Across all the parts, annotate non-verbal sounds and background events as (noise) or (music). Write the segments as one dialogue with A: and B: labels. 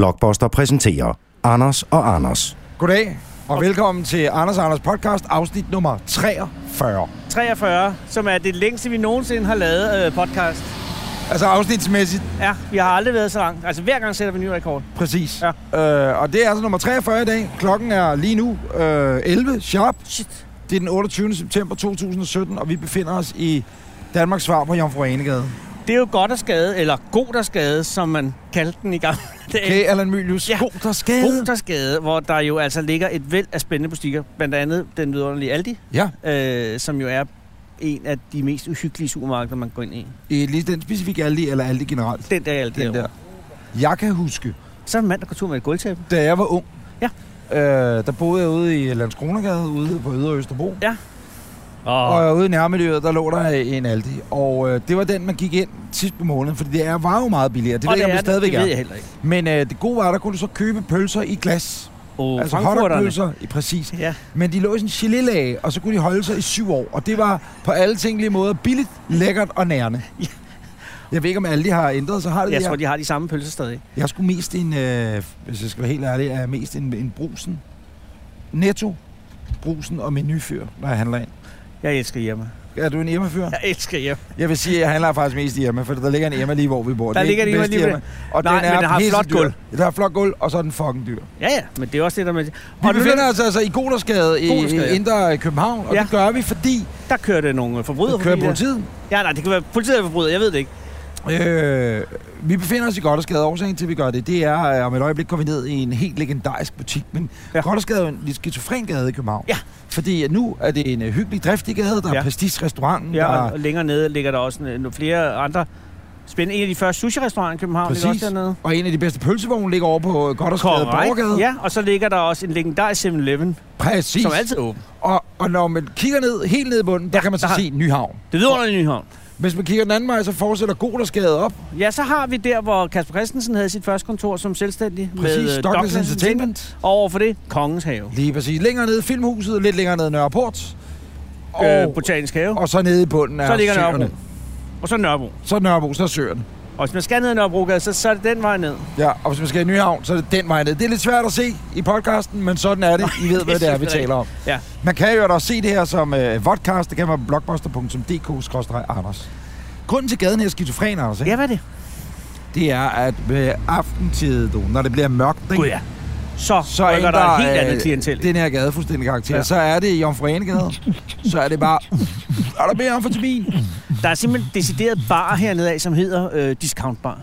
A: Blockbuster præsenterer Anders og Anders.
B: Goddag, og velkommen til Anders og Anders podcast, afsnit nummer 43.
C: 43, som er det længste, vi nogensinde har lavet øh, podcast.
B: Altså afsnitsmæssigt,
C: Ja, vi har aldrig været så langt. Altså, hver gang sætter vi en ny rekord.
B: præcis. Ja. Øh, og det er altså nummer 43 i dag. Klokken er lige nu øh, 11 sharp.
C: Shit.
B: Det er den 28. september 2017, og vi befinder os i Danmarks svar på Jomfru Anegade.
C: Det er jo godt at skade, eller god der skade, som man kaldte den i gamle dage.
B: Okay, Allan Mylius.
C: Ja.
B: God, der
C: God
B: skade.
C: der skade, hvor der jo altså ligger et væld af spændende butikker. Blandt andet den vidunderlige Aldi,
B: Ja,
C: øh, som jo er en af de mest uhyggelige supermarkeder, man går ind i.
B: i lige den specifikke Aldi, eller Aldi generelt.
C: Den der Aldi
B: Den
C: derovre.
B: der. Jeg kan huske,
C: Så er en mand, der går tur med et gulvtæppe.
B: da jeg var ung,
C: Ja.
B: øh, der boede jeg ude i Landskronegade, ude på Ydre Østerbro.
C: Og,
B: Og ude i nærmiljøet, der lå der en Aldi. Og øh, det var den, man gik ind sidst på måneden, fordi det er, var jo meget billigere. Det ved jeg, om det
C: er
B: stadigvæk
C: det ved
B: er.
C: jeg heller ikke.
B: Men øh, det gode var, at der kunne du så købe pølser i glas.
C: Og
B: altså
C: frankfurterne.
B: hotdogpølser, i- præcis.
C: Ja.
B: Men de lå i sådan en gelélage, og så kunne de holde sig i syv år. Og det var på alle tænkelige måder billigt, lækkert og nærende.
C: (laughs) Ja.
B: Jeg ved ikke, om Aldi har ændret sig. Har det
C: Jeg
B: det?
C: tror, de har de samme pølser stadig.
B: Jeg skulle mest en, øh, hvis jeg skal være helt ærlig, er jeg mest en, en brusen. Netto, brusen og menufyr, når jeg handler ind.
C: Jeg elsker Irma.
B: Er du en Irma-fyr?
C: Jeg elsker Irma.
B: Jeg vil sige, at jeg handler faktisk mest i Irma, for der ligger en Irma lige, hvor vi bor.
C: Der
B: Det er
C: ligger
B: ikke
C: en
B: den
C: Irma lige
B: bedste Irma. Og
C: Nej, men den har
B: pisse
C: flot
B: dyr.
C: gulv.
B: Den har flot gulv, og så er den fucking dyr.
C: Ja, ja, men det er også det, der med...
B: Vi
C: Og nu,
B: befinder os altså i Godersgade i,
C: Godersgade,
B: i
C: ja.
B: Indre København, og
C: Ja.
B: det gør vi, fordi
C: der kørte nogle øh,
B: vi
C: forbrydere
B: kører
C: forbi der.
B: politiet.
C: Ja, nej, det kan være politiet er forbryder, jeg ved det ikke.
B: Øh, vi befinder os i Goddersgade, og årsagen til, at vi gør det, det er, øh, om et øjeblik går vi ned i en helt legendarisk butik. Men ja.
C: Ja.
B: Goddersgade er jo en lidt skizofren gade i København.
C: Ja.
B: Fordi at nu er det en øh, hyggelig, driftig gade, der ja. er
C: Ja.
B: pastisrestauranten,
C: Ja,
B: ja. der
C: og,
B: er
C: og længere nede ligger der også øh, nogle flere andre spændende. En af de første sushi-restauranter i København ligger
B: Præcis.
C: også dernede.
B: og en af de bedste pølsevogne ligger over på øh, Goddersgade Borgergade.
C: Ja, og så ligger der også en legendarisk 7-Eleven,
B: Præcis.
C: som er altid åben.
B: Og, og når man kigger ned, helt ned i bunden, der
C: Ja,
B: kan man så
C: der har-
B: se Nyhavn.
C: Det lyder i Nyhavn.
B: Hvis man kigger den anden vej, så fortsætter Godersgade op.
C: Ja, så har vi der, hvor Kasper Christensen havde sit første kontor som selvstændig.
B: Præcis,
C: øh,
B: Douglas Entertainment.
C: Og overfor det, Kongens Have.
B: Lige præcis. Længere ned i Filmhuset, lidt længere ned i Nørreport. Og,
C: Øh, Botanisk Have. Og,
B: og så nede i bunden af
C: så ligger Nørrebro.
B: Søerne.
C: Og så Nørrebro.
B: Så er Nørrebro, så er Søerne.
C: Og hvis man skal ned ad Nørrebrogade, så, så er det den vej ned.
B: Ja, og hvis man skal i Nyhavn, så er det den vej ned. Det er lidt svært at se i podcasten, men sådan er det. I
C: (laughs)
B: ved, hvad det er, vi
C: selvfølgelig
B: taler om.
C: Ja.
B: Man kan jo da også se det her som øh, vodcast. Det kan man på blogbuster.dk-anders. Grunden til gaden her skizofren, Anders, ikke?
C: Ja, hvad er det?
B: det er, at ved aftentid, du, når det bliver mørkt, ikke?
C: Gud ja. Så,
B: så
C: så rykker
B: er
C: der, et helt
B: øh,
C: andet klientel. Det,
B: Den her gade er fuldstændig karakter. Ja.
C: Ja.
B: Så er det Jomfru Anegade. så er det bare... Er der mere amfetamin?
C: der er simpelthen decideret bar hernede af, som hedder øh, Discount Bar.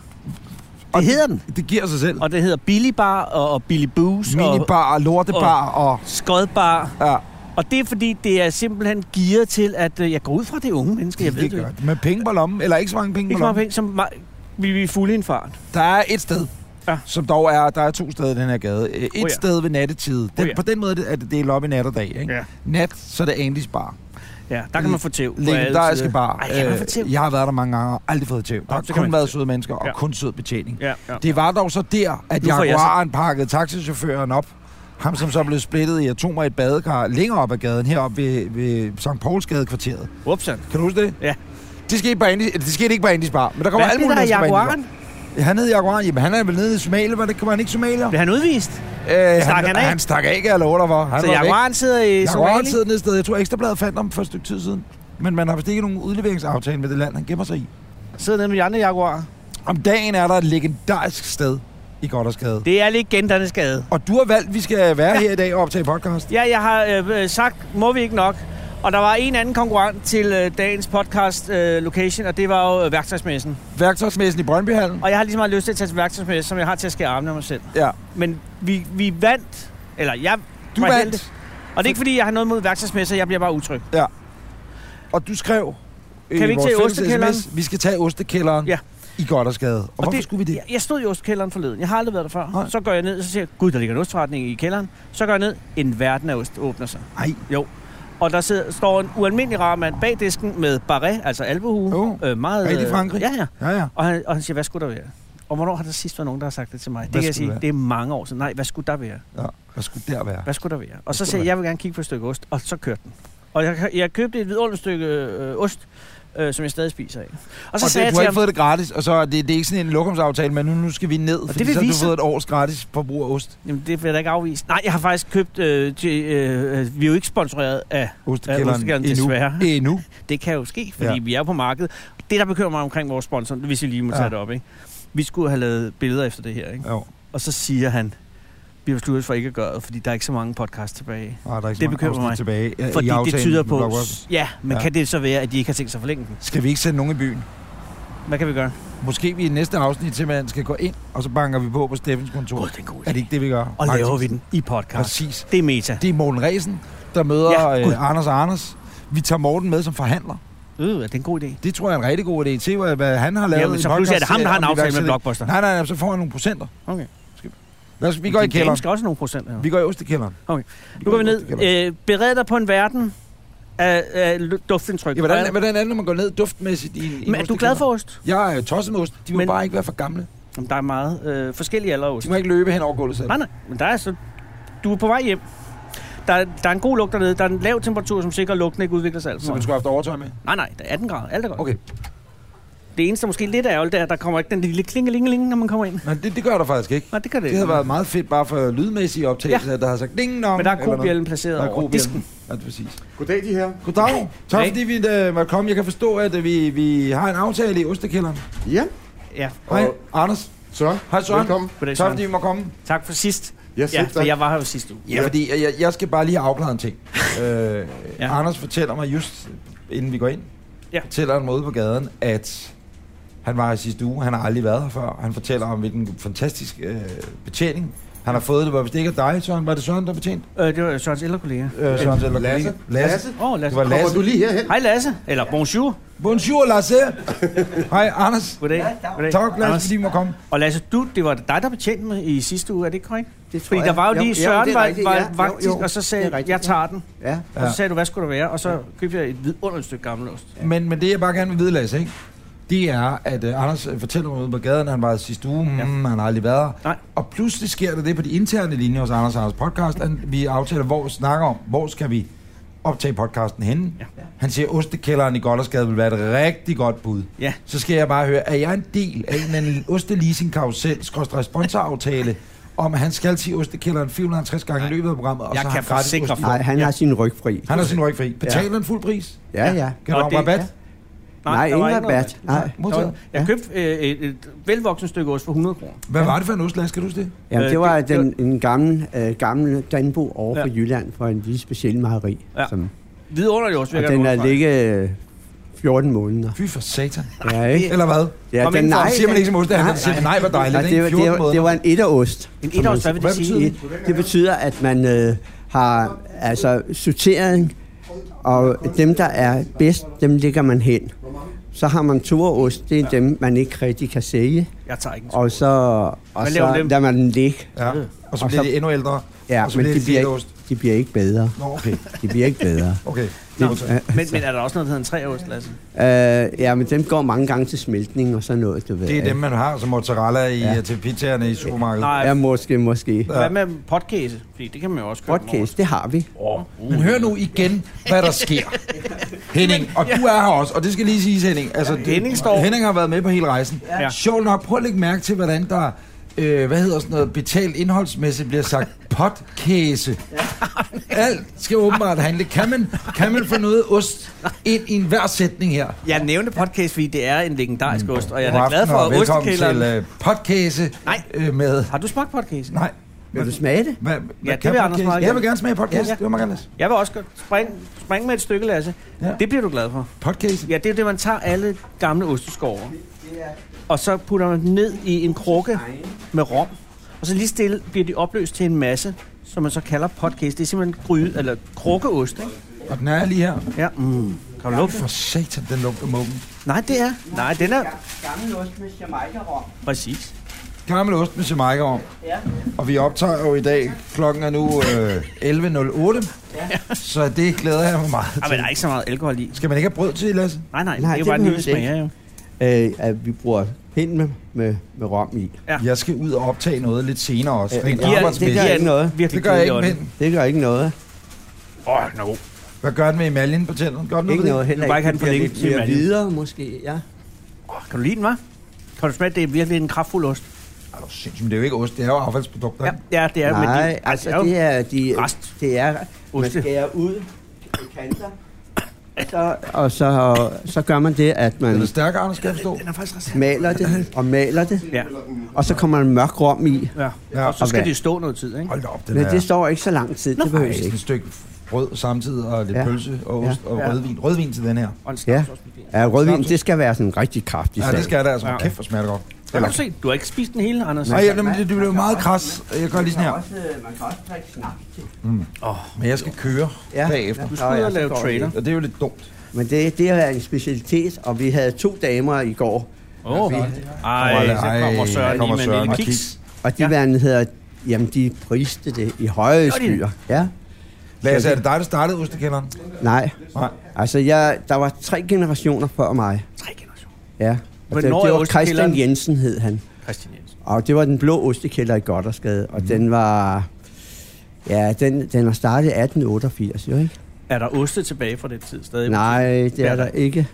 B: Og
C: Det hedder den.
B: Det giver sig selv.
C: Og det hedder Billy Bar og, og Billy Booze og
B: Minibar, lortebar og...
C: Skod Bar.
B: Ja,
C: Og det er fordi, det er simpelthen gearet til, at øh, jeg går ud fra at det er unge mennesker, jeg ved det,
B: det
C: det
B: gør
C: ikke.
B: det. Med penge på lommen, eller ikke så mange penge
C: Ikke
B: på
C: så mange
B: lommen.
C: penge, som var, vi vi er fulde i en fart.
B: Der er et sted, ja.
C: Ja.
B: som dog er... Der er to steder i den her gade. Øh, Et oh,
C: ja.
B: ja. sted ved nattetid. Den, oh,
C: Oh,
B: ja.
C: ja.
B: På den måde er det delt op i nat og dag. Ikke?
C: Ja.
B: Nat, så er det Andys Bar.
C: Ja, der kan man få tæv. på alle
B: Legendariske
C: sider.
B: bar.
C: Ej, kan man få tæv?
B: Øh, jeg har været der mange gange og aldrig fået tæv. Der har
C: så kan
B: kun
C: man
B: været
C: få
B: søde mennesker og
C: Ja.
B: kun sød betjening.
C: Ja, ja.
B: Det var dog så der, at
C: Nu får jeg
B: Jaguaren pakkede taxichaufføren op. Ham, som så blev splittet i atomer i et badekar længere op ad gaden, heroppe ved, ved St. Paulsgade kvarteret.
C: Upsan.
B: Kan du huske det?
C: Ja.
B: Det skete, bare Andy, det skete ikke bare Andys Bar, men der kommer
C: Hvad er
B: alle
C: det
B: mulige
C: der
B: mennesker på Andys Bar.
C: jaguaren?
B: Ja, Han hed Jaguaren. Jamen, han er vel nede i Somalia, var det kan man ikke somalier?
C: Blev han udvist?
B: Øh,
C: Stak han af?
B: han stak af, kan jeg love dig for. Han
C: Så
B: var væk.
C: jaguaren sidder i
B: Jaguaren
C: Somalia?
B: sidder nede et sted. Jeg tror, Ekstrabladet fandt ham for et stykke tid siden. Men man har vist ikke nogen udleveringsaftale med det land, han gemmer sig i.
C: Sidder nede med de andre jaguarer.
B: Om dagen er der et legendarisk sted i Goddersgade.
C: Det er legendernes skade.
B: Og du har valgt, at vi skal være her i dag og optage podcast.
C: Ja, jeg har øh, øh, sagt, må vi ikke nok. Og der var en anden konkurrent til øh, dagens podcast øh, location, og det var jo øh, værktøjsmessen.
B: Værktøjsmessen i Brøndbyhallen.
C: Og jeg har lige så meget lyst til at tage til værktøjsmessen, som jeg har til at skære armene af mig selv.
B: Ja.
C: Men vi, vi vandt, eller jeg
B: Du
C: var heldig.
B: vandt,
C: Og det er ikke fordi, jeg har noget mod værktøjsmesser, jeg bliver bare utryg.
B: og du skrev... øh,
C: vi ikke
B: vores
C: tage i
B: fælles
C: ostekælderen?
B: SMS, Vi skal tage ostekælderen
C: Ja.
B: i Goddersgade. Og, og hvorfor det, skulle vi det?
C: Jeg, jeg stod i ostekælderen forleden. Jeg har aldrig været der før.
B: Nej.
C: Så går jeg ned, og så siger jeg, gud, der ligger en ostforretning i kælderen. Så går jeg ned, en verden af ost åbner sig.
B: Ej,
C: Og der sidder, står en ualmindelig rar mand bag disken med barret, altså albuhue.
B: Jo.
C: Øh, meget,
B: Rigtig
C: øh,
B: Frankrig.
C: Ja, ja.
B: ja, ja.
C: Og han, og han siger, hvad skulle der være? Og hvornår har der sidst været nogen, der har sagt det til mig?
B: Hvad
C: det kan jeg
B: skulle
C: sige,
B: der være?
C: det er mange år siden. Nej, hvad skulle der være?
B: ja. Hvad skulle der være?
C: Hvad skulle der være? Og så
B: skulle
C: sagde
B: der
C: jeg, jeg vil gerne kigge på et stykke ost, og så kørte den. Og jeg, jeg købte et vidunderligt stykke øh, ost, øh, som jeg stadig spiser af. Og så
B: og
C: sagde
B: det,
C: jeg
B: du
C: til
B: har
C: ham,
B: ikke fået det gratis, og så er det, det er ikke sådan en lokumsaftale, men nu, nu skal vi ned, og fordi
C: det vil
B: så har du
C: vise-
B: fået et års gratis forbrug af ost.
C: Jamen, det vil jeg da ikke afvise. Nej, jeg har faktisk købt... Øh, til, øh, øh, vi er jo ikke sponsoreret af... Ja,
B: Ostekælderen
C: ostekælderen, desværre.
B: endnu. endnu.
C: Det kan jo ske, fordi
B: Ja.
C: ja. vi er på markedet. Det, der bekymrer mig omkring vores sponsor, hvis vi lige må
B: Ja.
C: tage det op, ikke? Vi skulle have lavet billeder efter det her, ikke?
B: Jo,
C: Og så siger han, vi har besluttet os for ikke at gøre det, fordi der er ikke så mange podcasts tilbage.
B: ah, der er ikke så
C: Det
B: mange
C: bekymrer
B: afsnit
C: mig,
B: Tilbage, øh, i
C: Fordi det
B: aftalen
C: tyder
B: med
C: på...
B: Blockbuster.
C: Ja, men
B: Ja.
C: ja. kan det så være, at de ikke har tænkt sig at forlænge den?
B: Skal vi ikke sende nogen i byen?
C: Hvad kan vi gøre?
B: Måske vi i næste afsnit simpelthen skal gå ind, og så banker vi på på Steffens kontor.
C: God, det er en god
B: Er det
C: idé.
B: ikke det, vi gør?
C: Og laver vi
B: Faktisk.
C: den i podcast.
B: Præcis.
C: Det er meta.
B: Det er Morten Resen, der møder
C: Ja,
B: ja,
C: gud.
B: øh, Anders og Anders. Vi tager Morten med som forhandler.
C: Øh, er det en god idé?
B: Det tror jeg er en rigtig god idé. Se, hvad, hvad han har lavet.
C: Jamen,
B: i
C: så pludselig er det ham, der har en
B: podcast-
C: aftale med
B: iværksætter-
C: Blockbuster.
B: Nej, nej, nej, så får han nogle procenter.
C: Okay.
B: Skal vi- Lad os, vi går i
C: Din dame
B: kælderen.
C: skal også have nogle procent. Ja.
B: Vi går i ostekælderen.
C: Okay. Nu går vi
B: i
C: ned.
B: ostekælderen.
C: Øh, bered dig på en verden af, af lu- duftindtryk.
B: Ja, hvordan, hvordan er det, når man går ned duftmæssigt i, i
C: øh, Men er du glad for ost?
B: Jeg er tosset med ost. De må
C: Men-
B: bare ikke være for gamle.
C: Jamen, der er meget øh, forskellige aldre af ost.
B: De må ikke løbe hen over gulvet selv.
C: Nej, nej, men der er så... Du er på vej hjem. Der, er- der er en god lugt dernede. Der er en lav temperatur, som sikrer, at lugten ikke udvikler sig alt
B: Så
C: for
B: man
C: meget.
B: skulle have haft overtøj med.
C: Nej, nej, der er 18 grader. Alt er godt. Okay.
B: Okay.
C: Det eneste, der måske er lidt ærgerligt, det er, at der kommer ikke den lille klingelingeling, når man kommer ind.
B: Nej, det, det gør der faktisk ikke.
C: Nej, det gør det,
B: Det
C: ikke.
B: havde været meget fedt bare for lydmæssige optagelser, ja. der har sagt ding dong.
C: Men der er
B: eller noget.
C: kobjælden
B: Der
C: placeret
B: er
C: over disken.
B: kobjælden. Ja, det er præcis.
D: Goddag, de her.
B: Goddag. Tak
C: Hej.
B: fordi vi øh, måtte komme. Jeg kan forstå, at øh, vi, vi har en aftale i Ostekælderen.
D: Ja,
C: Ja,
B: Hej,
D: Og-
B: Anders.
D: så.
B: Hej, Søren.
D: Velkommen.
B: Tak
C: goddag, Søren.
B: fordi vi må komme.
C: Tak for sidst.
D: Jeg
C: Ja,
D: selv
C: for
D: tak.
C: jeg var her jo sidste uge.
B: Ja, fordi øh, jeg, jeg skal bare lige have afklaret en
C: (laughs)
B: ting. Øh, ja.
C: Ja.
B: Anders fortæller mig just, inden vi går ind,
C: Ja.
B: fortæller han måde på gaden, at han var her sidste uge. Han har aldrig været her før. Han fortæller om, hvilken fantastisk øh, betjening han har fået. Det var vist ikke af dig, Søren. Var det Søren, der betjent?
C: Øh, det var Sørens ældre kollega.
B: Øh, Søren eller
D: Lasse.
B: kollega? Lasse.
C: Åh, oh,
B: Det
C: Lasse.
B: var
D: Kommer
B: Lasse.
D: du lige herhen?
C: Hej Lasse, eller bonjour.
B: Bonjour, Lasse.
D: (laughs)
B: Hej, Anders.
C: Goddag. Goddag.
B: Tak, Lasse,
C: Anders.
B: fordi I må komme.
C: Og Lasse, du, det var dig, der betjente mig i sidste uge, er det ikke korrekt?
D: Det
C: Fordi der var jo lige, Søren var, var ja, vagtisk,
D: jo, jo.
C: og så sagde
D: Det er rigtigt,
C: jeg tager den.
D: Ja.
C: Ja. Og så sagde du, hvad skulle der være? Og så købte jeg et vidunderligt stykke gammelost.
B: Men, men det, jeg bare gerne vil vide, Lasse, ikke? det er, at uh, Anders øh, fortæller mig ude på gaden, at han var sidste uge, mm,
C: Ja.
B: han har aldrig været her.
C: Nej.
B: Og pludselig sker der det på de interne linjer hos Anders og Anders podcast, at vi aftaler, hvor vi snakker om, hvor skal vi optage podcasten henne.
C: Ja.
B: Han siger, at ostekælderen i Goddersgade vil være et rigtig godt bud.
C: Ja.
B: Så skal jeg bare høre, er jeg en del af en eller anden osteleasing karusel sponsoraftale om, at han skal sige ostekælderen 450 gange i løbet af programmet, og
C: Jeg
B: så har
C: kan
B: han gratis
C: forsikre
B: ost i
C: for-
B: form.
E: Nej, han har sin ryg fri.
B: Han har sin ryg fri. Betaler han fuld pris?
E: Ja, ja.
B: Kan
C: Nå,
B: du have
C: det-
B: rabat?
E: ja. Nej,
C: der var
E: ingen
C: noget
E: rabat.
C: rabat.
E: Nej.
C: Der
B: Modtaget.
C: var- Jeg
E: Ja.
C: købte øh, et, et velvoksen stykke ost for 100 kroner.
B: Hvad var det for en ost, Lasse? Kan du huske det?
E: Jamen,
C: Øh,
E: det var
C: det- det-
E: den, en gammel, øh, gammel Danbo over
C: Ja.
E: fra Jylland fra en lille speciel mejeri.
C: Ja.
E: Som,
C: Vidunderlig ost, vil
E: og
C: jeg gerne
E: den har
C: understrege.
E: ligget øh, 14 måneder.
B: Fy for satan.
E: Ja, ikke?
B: Eller hvad?
E: Ja,
C: Kom
E: den,
C: indenfor.
B: Nej, siger man
E: den-
B: ikke som ost,
E: nej,
B: han siger, man, nej, hvor dejligt.
E: nej,
B: det,
E: det,
B: er
E: var,
B: 14
E: det, var, det var en etterost.
C: En etårs, hvad vil
B: Hvad
C: det sige?
B: betyder
E: Et, det betyder, at man øh, har altså sortering, og dem, der er bedst, dem lægger man hen. Så har man turost, det er dem, man ikke rigtig kan sælge.
C: Jeg tager ikke en
E: Og så, og
C: Hvad laver man
E: så
C: dem?
E: lader man den ligge.
B: Ja. Og så bliver
E: Og så-
B: de endnu ældre.
E: Ja,
B: og så
E: men
B: bliver
E: de
B: det
E: bliver,
B: lille
E: ikke,
B: ost.
E: de bliver ikke bedre.
B: Nå, okay.
E: De bliver ikke bedre.
B: Okay.
C: Nå,
B: Modtaget.
C: men, men er der også noget, der hedder en træost, Lasse?
E: Øh, ja, men dem går mange gange til smeltning og sådan noget, du ved.
B: Det er dem, man har som mozzarella i, ja.
E: Ja.
B: til pizzaerne i supermarkedet.
C: Nej,
E: Ja, måske, måske.
C: hvad med podcaste? Fordi det kan man jo også købe.
E: Podcast, det har vi.
B: Men hør nu igen, hvad der sker. Henning, og du er her også, og det skal lige siges, Henning. Altså, det,
C: Henning står-
B: Henning har været med på hele rejsen.
C: Ja.
B: Sjovt nok, prøv at lægge mærke til, hvordan der... Øh, hvad hedder sådan noget betalt indholdsmæssigt bliver sagt podkæse. Alt skal åbenbart handle. Kan man, kan man få noget ost ind i enhver sætning her?
C: Jeg nævnte podcast, fordi det er en legendarisk ost, og jeg er
B: God
C: da glad
B: aften,
C: for,
B: og
C: at
B: velkommen til
C: ostekælderen...
B: øh, podkæse
C: Nej.
B: øh, med...
C: Har du smagt podcast?
B: Nej.
E: Vil du smage det?
B: Hvad, hvad
C: det
B: kan
C: vil Anders
B: podcast?
C: meget
B: Jeg vil
C: gerne.
B: gerne smage podcast. Ja.
C: Ja.
B: Det vil man gerne læse.
C: Jeg vil også godt springe, springe med et stykke, Lasse.
B: Ja.
C: Ja. Det bliver du glad for.
B: Podcast.
C: Ja, det er jo det, man tager alle gamle osteskover, og så putter man dem ned i en krukke med rom, og så lige stille bliver de opløst til en masse, som man så kalder podcast. Det er simpelthen gryde, eller krukkeost, ikke?
B: Og den er lige her.
C: Ja, mm. Kan du lukke
B: For
C: den?
B: satan, den lugter mukken.
C: Nej, det er. Nej, den er.
E: Gammel ost med jamaica-rom.
C: Præcis.
B: Gammel ost med Jamaica om.
E: Ja.
B: Og vi optager jo i dag. Klokken er nu øh, 11.08. Ja. Så det glæder jeg mig meget
C: Ej, men der er
B: til.
C: ikke så meget alkohol i.
B: Skal man ikke have brød til, Lasse?
C: Nej, nej, det
E: Nej,
C: er jo
E: det
C: bare en lille
E: behøves ikke.
C: smager, jo.
E: Øh, at vi bruger pind med, med, med rom i.
C: Ja.
B: Jeg skal ud og optage noget lidt senere også.
E: Ja,
B: Rent
E: det giver-
B: arbejdsmæssigt.
E: det gør ikke noget.
C: Virkelig
B: Det gør jeg ikke,
C: kedelig ånd.
B: men
E: Det gør ikke noget.
C: Åh, den er god.
B: Hvad gør den med emaljen på tænderne? Gør den
E: Ikke
B: ved det?
E: noget,
C: Du
E: heller
C: kan bare ikke have den
E: Det
C: for længe til
E: bliver lidt mere
C: manden.
E: videre, måske, ja.
C: Kan du lide den, hva'? Kan du smage, det er virkelig en kraftfuld ost?
B: Ej, du er sindssyg, men det er jo ikke ost, det er jo affaldsprodukter.
C: Ja,
B: Ja.
C: ja det er men
E: Nej,
C: de-
E: altså
C: det er jo-
E: det er de...
C: rest.
E: Det er, man
C: Oste.
E: skærer ud i kanter, så, og så, så gør man det, at
B: Er
E: man
B: det stærk, Anders, skal jeg forstå?
C: Den er faktisk ret
E: maler det og maler det,
C: Ja,
E: og så kommer en mørk rom i.
C: ja.
B: Ja.
C: Og så
E: Og
C: skal
E: hvad?
C: det stå noget tid, ikke?
B: Hold da op, den
E: Men
B: er...
E: det står ikke så lang tid, det
B: Ej,
E: behøves
B: sådan
E: ikke.
B: et stykke brød samtidig, og lidt ja.
E: Ja.
B: pølse og ost og
C: Ja.
B: rødvin. Rødvin til den her.
C: Og en
E: Ja.
C: snapsauce med det.
E: Ja, rødvin, det skal være sådan rigtig kraftig.
B: Ja, det skal der altså.
C: Ja.
B: Kæft, hvor smager det godt.
C: Kan du se, du har ikke spist den hele, Anders.
B: Nej, jamen, det, det blev meget kras. Jeg gør lige sådan her.
E: Man kan også drikke snaps.
B: Men jeg skal køre
E: Ja.
B: bagefter.
C: Du
E: Nå,
C: skulle
E: ja,
C: ud og
E: så
C: lave
E: går det
C: trailer.
B: Og det er jo lidt dumt.
E: Men det, det er en specialitet, og vi havde to damer i går,
C: Åh, oh. ej, så kommer Søren lige med en lille kiks.
E: og de
C: Ja.
E: ja. hedder, jamen de priste det i høje
C: Gjorde de det?
E: skyer. Ja,
B: Lasse, er det dig, der startede ostekælderen?
E: nej.
B: Nej.
E: Altså, jeg, der var tre generationer før mig.
C: Tre generationer.
E: Ja. Og det, det
C: Hvornår er
E: var
C: ostekælderen?
E: Christian Jensen hed han.
C: Christian Jensen.
E: Og det var den blå ostekælder i Goddersgade, og mm. den var... Ja, den, den har startet i 1888, jo ikke?
C: Er der oste tilbage fra den tid stadig?
E: Nej, det
C: Ja,
E: er
C: der-
E: der ikke.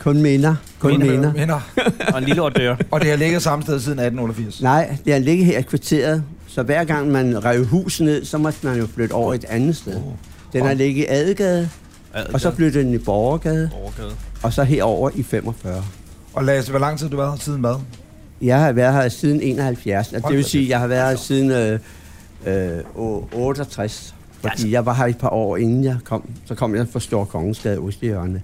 E: Kun minder. Kun
C: Minder.
E: minder. minder.
B: Minder.
C: Og en lille (laughs) ordør.
B: Og det har ligget samme sted siden 1888.
E: Nej, det har ligget her i kvarteret, så hver gang man rev huset ned, så måtte man jo flytte over et andet sted. Den har ligget i Adegade, og så flyttede den i Borgergade,
C: overgade.
E: og så herover i 45.
B: Og Lasse, hvor lang tid har du været her siden hvad?
E: Jeg har været her siden 71, og
B: Hold
E: det vil
B: da
E: sige,
B: kæft.
E: at jeg har været her
C: Altså.
E: siden øh, øh, å- 68. Fordi jeg var her i et par år, inden jeg kom. Så kom jeg fra Stor Kongensgade, Ostehjørne.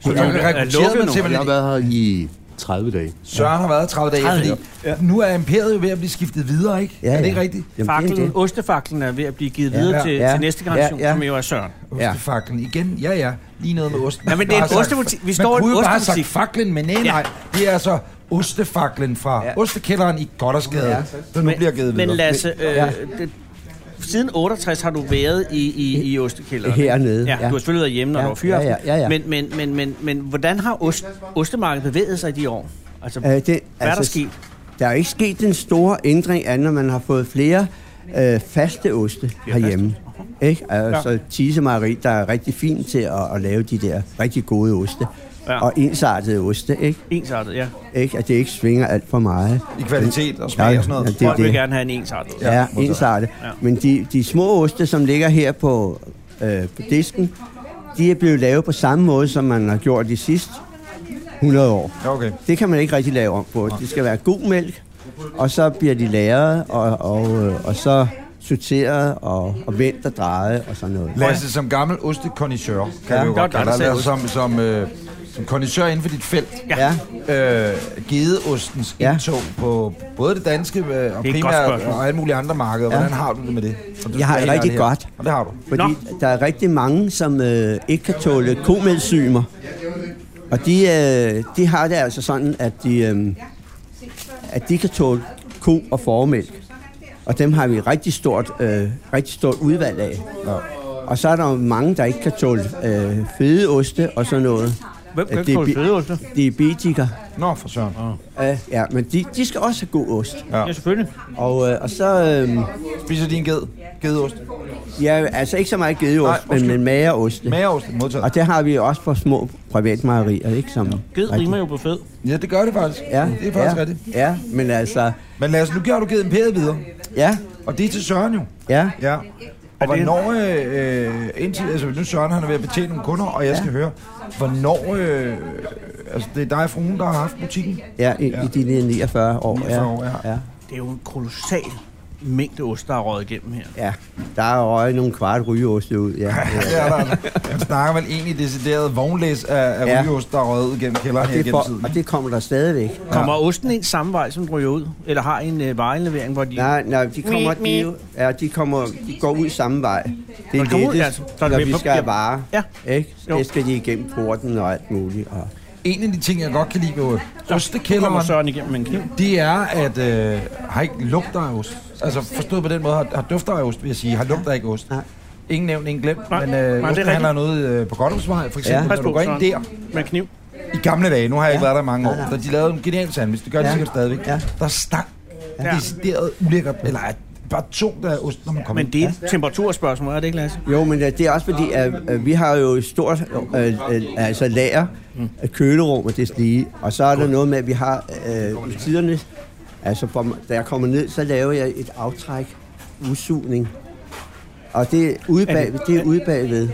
B: Så du
C: er-
B: har
C: er lukket
B: rekrutteret, men
C: nu.
D: Jeg har
B: simpelthen
D: været her i 30 dage.
B: Søren har været 30 dage,
C: 30
B: fordi nu er imperiet jo ved at blive skiftet videre, ikke?
E: Ja,
B: er det
E: ja.
B: ikke rigtigt?
E: Jamen, det er
C: Faklen,
E: det.
C: ostefaklen er ved at blive givet
E: Ja,
C: videre
E: ja,
C: til,
E: ja,
C: til næste generation,
E: ja, ja.
C: som jo er Søren.
E: Ja.
B: Ostefaklen igen, ja ja, lige noget med osten.
C: Ja, men det er
B: Bare
C: en
B: sagt-
C: ostebutik. Vi står i
B: Man
C: en
B: kunne jo bare have sagt
C: ostebutik.
B: faklen, men nej, nej. Det er altså ostefaklen fra
E: Ja.
B: ostekælderen i Goddersgade,
E: Ja.
B: der nu bliver givet
C: men
B: videre.
C: Lasse, øh,
E: Ja.
C: det, siden 68 har du været i, i, i ostekælderen.
E: Hernede,
C: Ja,
E: ja.
C: du har selvfølgelig været hjemme, når
E: Ja,
C: du var fyret.
E: ja, ja, ja, ja.
C: Men, men, men, men, men hvordan har ost, ostemarkedet bevæget sig i de år? Altså,
E: Øh,
C: hvad
E: det,
C: er der sket?
E: Der er ikke sket den store ændring, andet end man har fået flere øh, faste oste herhjemme. Ikke? Altså ja. Tise Marie, der er rigtig fin til at, at lave de der rigtig gode oste.
C: Ja.
E: Ja. Og ensartede oste, ikke?
C: Ensartet, ja.
E: ikke? At det ikke svinger alt for meget.
B: I kvalitet og smag
E: Ja,
B: og sådan noget.
E: ja, det-
C: Folk vil gerne have en ensartet.
E: Ja, ja
B: modtaget.
E: ensartet.
C: Ja.
E: Ja. Men de, de små oste, som ligger her på, øh, på disken, de er blevet lavet på samme måde, som man har gjort de sidste 100 år.
B: Ja, okay.
E: Det kan man ikke rigtig lave om på. Det skal være god mælk, og så bliver de lagret, og, og, øh, og så sorteret, og, og vendt og drejet, og sådan noget.
B: Lasse, som gammel ostekondisør, kan ja,
E: Ja,
B: du jo godt
C: godt,
B: kalde
C: godt
B: dig.
C: at
B: Altså, som, som, øh, som kondisør inden for dit felt.
C: Ja.
E: Ja,
B: Øh, gedeostens
E: Ja.
B: indtog på både det danske øh, og
C: godt
B: primært
C: spørgsmål.
B: og alle mulige andre markeder. Hvordan har du det med det? Og du
E: Jeg har
B: skal
E: det rigtig
B: her.
E: godt.
B: Og det har du.
E: fordi
C: Nå.
E: der er rigtig mange, som øh, ikke kan tåle komedsymer. Og de, øh, de har det altså sådan, at de, øh, at de kan tåle ko- og formælk. Og dem har vi et rigtig stort, øh, rigtig stort udvalg af. Og så er der jo mange, der ikke kan tåle øh, fede oste og sådan noget.
C: Hvem
E: Ja,
C: kan
E: det er
C: få
E: bi-
C: sødeoste?
E: diabetikere.
B: Nå, for søren.
E: Uh, ja, men de, de skal også have god ost.
C: Ja, selvfølgelig.
E: Og, øh, og så, øh,
B: Spiser din ged? Gedeost?
E: ja, altså ikke så meget gedeost,
B: Nej,
E: men, men mageoste.
B: Mageost modtaget?
E: (laughs) Og det har vi jo også for små privatmejerier, ikke? Som
C: Ged
E: rigtig-
C: rimer jo på fed.
B: Ja, det gør det faktisk.
E: Ja,
B: det er faktisk
E: ja,
B: rigtigt.
E: Ja, men altså,
B: Men Lasse, nu giver du givet imperiet videre.
E: ja,
B: Og det er til Søren jo.
E: ja.
B: Ja. Og hvornår, øh, øh, indtil, altså nu Søren han er ved at betjene nogle kunder, og jeg skal høre, hvornår, øh, altså det er dig og fruen, der har haft butikken.
E: Ja, i, i de 49 år.
B: 49 år, ja.
E: ja.
C: Det er jo en kolossal mængde ost, der er røget igennem her.
E: Ja, der er røget nogle kvart rygeoste ud,
B: (laughs)
E: ja.
B: Det er der, altså. Han snakker vel egentlig decideret vognlæs af, af
E: Ja.
B: ja. rygeost, der er røget ud gennem kælderen her
E: Det er
B: gennem
E: for,
B: tiden.
E: og det kommer der stadigvæk.
C: Kommer osten ind samme vej, som den ryger ud? Eller har en øh, vareindlevering, hvor de...
E: Nej, nej, de kommer, de, ja, de kommer, de går ud samme vej. Det
C: Når
E: er
C: de kommer ud, ja,
E: lettest,
B: altså,
C: så er det
E: når
C: med
E: vi
C: på-
E: skal have
C: ja.
E: varer.
C: Ja.
E: Ikke?
C: Jo.
E: Så skal de igennem porten og alt muligt. Og,
B: En af de ting, jeg godt kan lide ved
C: kommer
B: ostekælderen,
C: Søren igennem med en kniv.
B: det er, at øh, har ikke lugter af ost. Altså forstået på den måde, har, har dufter af ost, vil jeg sige. Har lugter ikke ost.
E: Nej.
B: Ingen nævnt, ingen glemt,
C: Nej,
B: men
C: nej, det
B: øh,
C: er
B: ostehandleren ude øh, på Godthåbsvej, for eksempel,
E: Ja.
B: ja. når du går ind der,
C: Med kniv.
B: I gamle dage, nu har jeg ikke været der i mange år,
E: Nej,
B: så de lavede en genial sandwich, det gør de
E: Ja.
B: sikkert stadigvæk.
E: Ja.
B: Der stank
C: Ja.
B: decideret ulækkert, eller at bare tungt af ost, når man kommer
C: Men det er et temperaturspørgsmål, er det ikke, Lasse?
E: Jo, men øh, det er også fordi, at, at vi har jo et stort øh, øh, altså lager, øh, kølerum og det lige. Og så er der noget med, at vi har øh, i tiderne, altså for, da jeg kommer ned, så laver jeg et aftræk, udsugning. Og det er ude bagved, det er ude bagved.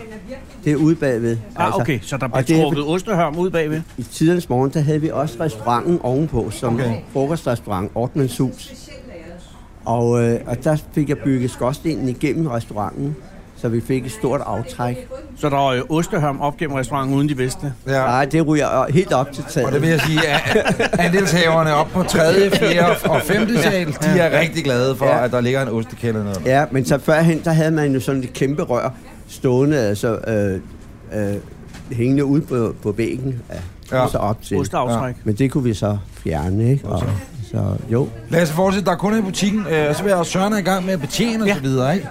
E: Det er ude bagved. altså.
C: Ah, okay, så der
E: og
C: bliver
E: det er-
C: trukket ostehørm ud bagved.
E: I tidernes morgen, der havde vi også restauranten ovenpå, som
B: Okay.
E: okay. frokostrestaurant, Ortmans Hus. Og, øh, og der fik jeg bygget skorstenen igennem restauranten, så vi fik et stort aftræk.
C: Så der var jo ostehørm op gennem restauranten, uden de vidste det.
B: Ja.
E: Nej, det ryger helt op til
B: Og det
E: taget.
B: vil jeg sige, at
E: (laughs)
B: andelshaverne op på 3., 4. og 5. sal, de er rigtig glade for,
E: Ja.
B: at der ligger en ostekælder nede.
E: Ja, men så førhen, der havde man jo sådan et kæmpe rør stående, altså øh, øh, hængende ude på, på væggen, ja,
B: Ja.
E: så op til.
C: Osteaftræk.
E: Men det kunne vi så fjerne, ikke? Og, så jo.
B: Lasse fortsætte, der er kunder i butikken, øh, og så vil jeg også Søren er i gang med at betjene ja.
C: Ja.
B: og så videre, ikke?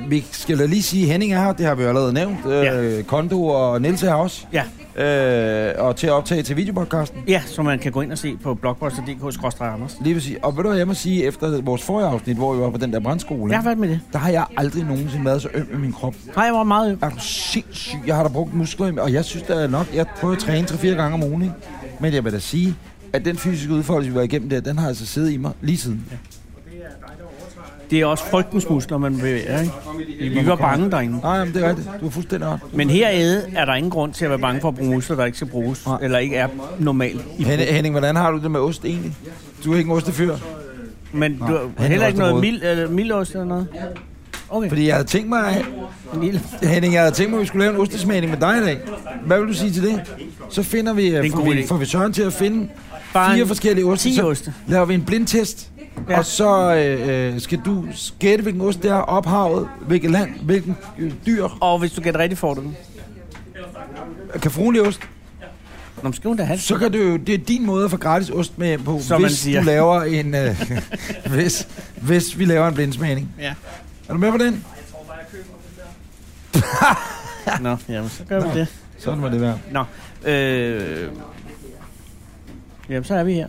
B: Øh, vi skal da lige sige, at Henning er her, det har vi jo allerede nævnt. Øh, ja.
C: Ja.
B: Kondo og Nils er her også.
C: Ja.
B: Øh, og til at optage til videopodcasten.
C: Ja, som man kan gå ind og se på blogposter.dk-anders.
B: Lige præcis. Og ved du hvad jeg må sige, efter vores forrige afsnit, hvor vi var på den der brandskole,
C: Jeg har været med det.
B: der har jeg aldrig nogensinde været så øm i min krop.
C: Nej, jeg var meget
B: Er du sindssyg? Jeg har da brugt muskler, i mig, og jeg synes da nok, jeg prøver at træne 3-4 gange om ugen, ikke? Men jeg vil da sige, at den fysiske udfordring, vi var igennem der, den har altså siddet i mig lige siden.
C: Det er også frygtens muskler, man bevæger, ikke? Vi var bange derinde.
B: Nej, men det er rigtigt. Du er fuldstændig ret.
C: Men herede er der ingen grund til at være bange for at bruge muskler, der ikke skal bruges,
B: Nej.
C: eller ikke er normalt. i brug.
B: Henning, Henning, hvordan har du det med ost egentlig? Du er ikke en ostefyr.
C: Men du
B: han
C: har
B: er
C: heller
B: også
C: ikke noget
B: imod.
C: mild, eller mildost eller noget? Okay,
B: Fordi jeg havde tænkt mig,
C: mild.
B: Henning, jeg havde tænkt mig, at vi skulle lave en ostesmagning med dig i dag. Hvad vil du sige til det? Så finder vi,
C: en
B: øh, får
C: god
B: vi,
C: idé.
B: får vi Søren til at finde
C: Bare
B: fire
C: en-
B: forskellige oste.
C: 10
B: så
C: oste.
B: laver vi en blindtest. Ja.
C: Ja.
B: Og så øh, øh, skal du gætte, hvilken ost det er, ophavet, hvilket land, hvilken øh, dyr.
C: Og hvis du gætter rigtigt, får du den.
B: Kafronlig ost.
C: Nå, men skal hun da have det?
B: Så kan du jo, det er din måde at få gratis ost med på,
C: Som man
B: hvis
C: siger.
B: du laver en, øh, (laughs) hvis, hvis vi laver en blindsmagning.
C: Ja.
B: Er du med på den?
C: Nå, jamen, så gør vi det.
B: Sådan må det være.
C: Nå, øh... Jamen, så er vi her.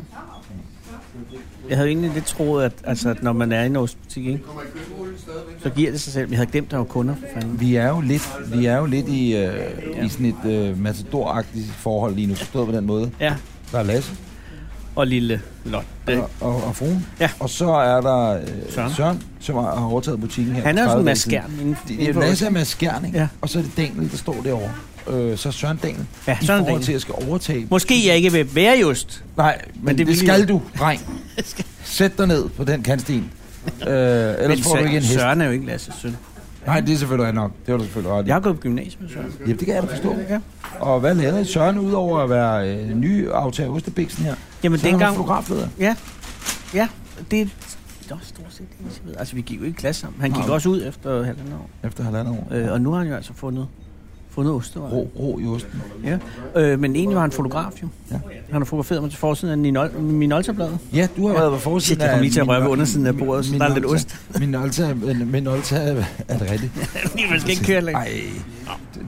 C: Jeg havde egentlig lidt troet, at, altså, at når man er i en ostbutik, ikke? så giver det sig selv. Vi havde glemt, at der var kunder, for fanden.
B: Vi er jo lidt, vi er jo lidt i, øh, i sådan et øh, matadoragtigt forhold lige nu, forstået på den måde.
C: Ja,
B: Der er Lasse
C: og lille Lotte.
B: og, og, og fruen,
C: Ja.
B: og så er der øh, Søren.
C: Søren.
B: Søren, som har har overtaget butikken her.
C: Han er jo
B: 30
C: sådan en
B: dage siden.
C: Mads Skjern. inden-
B: Det er
C: inden for-
B: Lasse er Mads Skjern, ikke?
C: Ja.
B: og så er det Daniel, der står derovre. Øh, så er Søren Daniel,
C: Ja,
B: i
C: Søren
B: forhold
C: Daniel.
B: til at skal overtage.
C: Måske jeg ikke vil være just.
B: Nej, men, men det,
C: det
B: det
C: vil I
B: skal
C: jo.
B: du,
C: (laughs)
B: dreng. Sæt dig ned på den kantsten. Øh, ellers
C: Men
B: får du ikke en
C: Søren,
B: hest.
C: Søren er jo ikke Lasses søn.
B: Nej, det er selvfølgelig nok. Det var du selvfølgelig ret i.
C: Jeg har gået på gymnasiet med Søren.
B: Ja, det kan jeg da forstå. Ja. Og hvad lavede Søren udover at være øh, ny aftager Ostebiksen her?
C: Jamen
B: Så er han
C: dengang...
B: fotografleder.
C: Ja, ja, det er det er også stort set det, jeg ved. Altså, vi gik jo ikke i klasse sammen. Han gik
B: Nej.
C: også ud efter halvandet år.
B: Efter halvandet år.
C: Øh, og nu har han jo altså fundet, fundet ostevarer.
B: Rå, rå i osten.
C: Ja. Øh, men egentlig var han fotograf jo.
B: Ja.
C: Ja. Han har fotograferet mig til forsiden af Ninol- Minolta-bladet.
B: Ja, du har været på forsiden
C: Shit, jeg kom lige til at røre ved undersiden af bordet, så der er
B: (laughs)
C: lidt
B: Min Olta, min Olta, er (laughs) det
C: (laughs)
B: rigtigt?
C: man skal ikke køre længere.
B: Ej.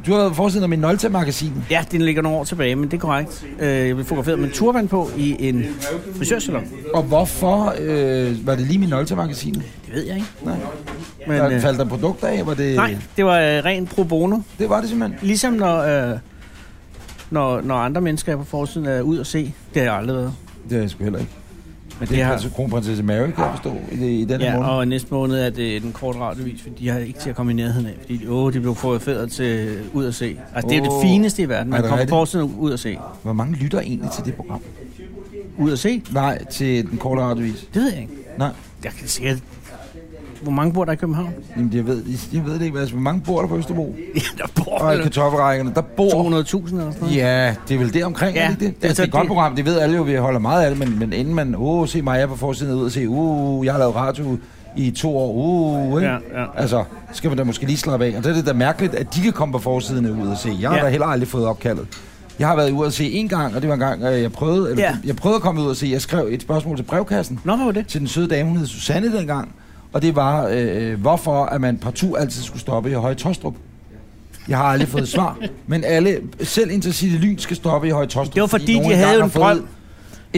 B: Du har været på forsiden af min Olta-magasinet.
C: Ja, den ligger nogle år tilbage, men det er korrekt. Øh, jeg blev fotograferet med en turban på i en frisørsalon.
B: Og hvorfor øh, var det lige min Olta-magasinet?
C: Det ved jeg ikke.
B: Nej.
C: Men,
B: Der,
C: øh,
B: faldt der produkter af? Var det,
C: nej, det var øh, rent pro bono.
B: Det var det simpelthen.
C: Ligesom når, øh, når, når andre mennesker er på forsiden er ud at se. Det har jeg aldrig været.
B: Det har jeg sgu heller ikke. Det,
C: Men
B: det
C: det
B: er
C: har,
B: altså kronprinsesse Mary, kan jeg forstå, i, det- i denne ja,
C: ja,
B: måned.
C: og næste måned er det den korte radiovis, fordi de har ikke til at komme i nærheden af. Fordi åh, de blev fotograferet til ud at se. Altså, det er
B: Åh.
C: det fineste i verden.
B: Er
C: Man
B: det
C: kommer på
B: rigtigt?
C: forsiden ud at se.
B: Hvor mange lytter egentlig til det program?
C: Ud at se?
B: Nej, til den korte radiovis.
C: Det ved jeg ikke.
B: Nej,
C: Jeg kan sige, at- hvor mange bor der i København? (laughs)
B: jamen jeg ved, jeg ved det ikke. Altså, hvor mange bor der på Østerbro?
C: Ja, der bor
B: Og i kartoffelrækkerne, der bor...
C: 200.000 eller sådan noget.
B: Ja, det er vel det omkring, ja,
C: Ja,
B: er det ikke det? Det, altså,
C: altså,
B: det er et godt
C: det-
B: program, det ved alle jo, vi holder meget af det, men, men inden man, åh, oh, se mig, jeg er på forsiden ud og se, uh, jeg har lavet radio i to år, uh, ikke?
C: Ja, ja.
B: Altså, skal man da måske lige slappe af. Og det er det da mærkeligt, at de kan komme på forsiden ud og se. Jeg har ja.
C: Ja.
B: da heller aldrig fået opkaldet. Jeg har været ude at se en gang, og det var en gang, øh, jeg prøvede, eller,
C: Ja.
B: jeg prøvede at komme ud og se. Jeg skrev et spørgsmål til brevkassen
C: Nå, hvad var det?
B: til den søde dame, hun hed Susanne dengang, og det var, øh, hvorfor at man partout altid skulle stoppe i Høje Tostrup. Jeg har aldrig fået svar, men alle, selv Intercity Lyn skal stoppe i Høje Tostrup.
C: Det var fordi,
B: nogle
C: de havde
B: engang
C: jo
B: har
C: en
B: fået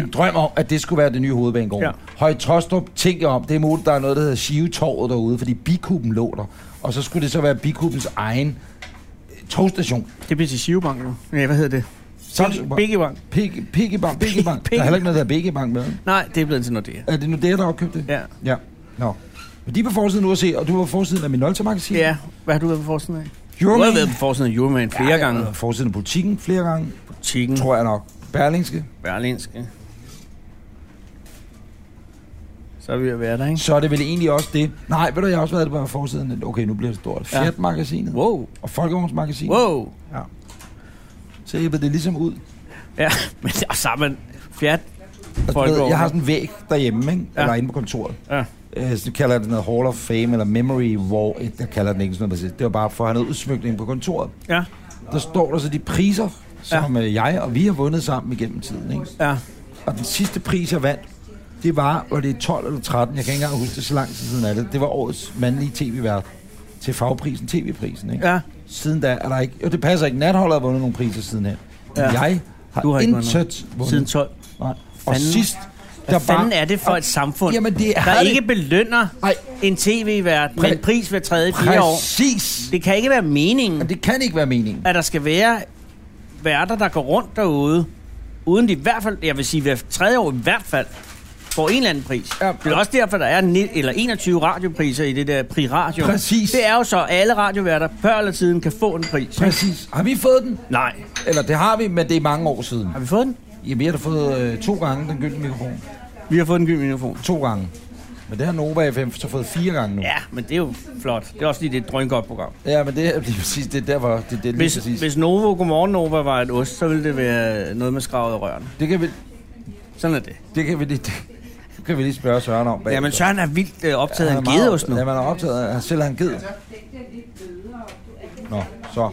C: drøm
B: en drøm om, at det skulle være det nye hovedbanegård. Ja.
C: Ja.
B: Høje Trostrup tænker om, det er muligt, der er noget, der hedder Shivetorvet derude, fordi bikuben lå der. Og så skulle det så være bikubens egen øh, togstation.
C: Det bliver til Shivebank nu. Nej, hvad hedder det?
B: Samsø-
C: Biggebank.
B: Piggy- Piggy Bank, Piggy Bank. Der er heller ikke noget, der hedder Piggy Bank med.
C: Nej, det er blevet til Nordea.
B: Er det nu der, der har købt det?
C: Ja.
B: Ja. Nå. Men de er på forsiden nu at se, og du var på forsiden af Minolta-magasin.
C: Ja, hvad har du været på forsiden af? Du har
B: Euroman.
C: været på forsiden af Euroman flere ja, gange.
B: Ja, forsiden af politikken flere gange,
C: Chicken,
B: tror jeg nok. Berlingske.
C: Berlinske. Så er vi ved at være der, ikke?
B: Så er det vel egentlig også det. Nej, ved du, jeg har også været det på forsiden. af- Okay, nu bliver det stort.
C: Ja.
B: Fiat-magasinet.
C: Wow,
B: Og Folkevognsmagasinet.
C: wow.
B: Så æbbede det ligesom ud.
C: Ja, men og så er man fjert.
B: Altså, du ved, jeg har sådan en væg derhjemme, ikke?
C: Ja.
B: Eller inde på kontoret.
C: Ja.
B: Øh, så kalder jeg det noget Hall of Fame eller Memory War. Eh, Jeg kalder den ikke sådan noget. præcis. Det var bare for at have noget udsmykning på kontoret.
C: Ja,
B: Der står der så de priser, som ja. jeg og vi har vundet sammen igennem tiden. Ikke?
C: ja.
B: Og den sidste pris, jeg vandt, det var, var det 12 eller 13, jeg kan ikke engang huske det, så lang tid siden er det. Det var årets mandlige tv-vært til fagprisen, tv-prisen. Ikke?
C: Ja.
B: Siden da er der ikke... Jo, det passer ikke. Natholdet har vundet nogle priser siden her. Ja.
C: Ja.
B: Jeg har,
C: Du har ikke vundet
B: intet vundet.
C: Siden 12.
B: Nej. Og
C: Fanden.
B: sidst,
C: Hvad fanden er det for et samfund,
B: Jamen, det er
C: der
B: det.
C: ikke belønner
B: Nej.
C: en tv-vært med en
B: Præ-
C: pris hver tredje, fire år?
B: Præcis.
C: Det kan ikke være meningen,
B: Det kan ikke være meningen.
C: at der skal være værter, der går rundt derude, uden de i hvert fald, jeg vil sige hver tredje år i hvert fald, får en eller anden pris.
B: Ja.
C: Ja, det er også derfor, der er ni, eller 21 radiopriser i det der pri-radio.
B: Præcis.
C: Det er jo så, at alle radioværter før eller siden kan få en pris.
B: Præcis. Har vi fået den?
C: Nej.
B: Eller det har vi, men det er mange år siden.
C: Har vi fået den?
B: Jamen, vi har da fået øh, to gange den gyldne mikrofon.
C: Vi har fået en gyld mikrofon.
B: To gange. Men det har Nova FM så fået fire gange nu.
C: Ja, men det er jo flot. Det er også lige det er et drøngodt program.
B: Ja, men det er lige præcis, det er der, hvor det, det er lige
C: Hvis,
B: præcis.
C: hvis Novo Godmorgen Nova var et ost, så ville det være noget med skravet i rørene.
B: Det kan vi,
C: Sådan er det.
B: det kan vi lige, det kan vi lige spørge Søren om. bagefter.
C: Jamen Søren er vildt øh, optaget
B: Han
C: af
B: er
C: en
B: meget
C: gedeost nu.
B: Ja, man er optaget af, at selv han givet. Nå, så.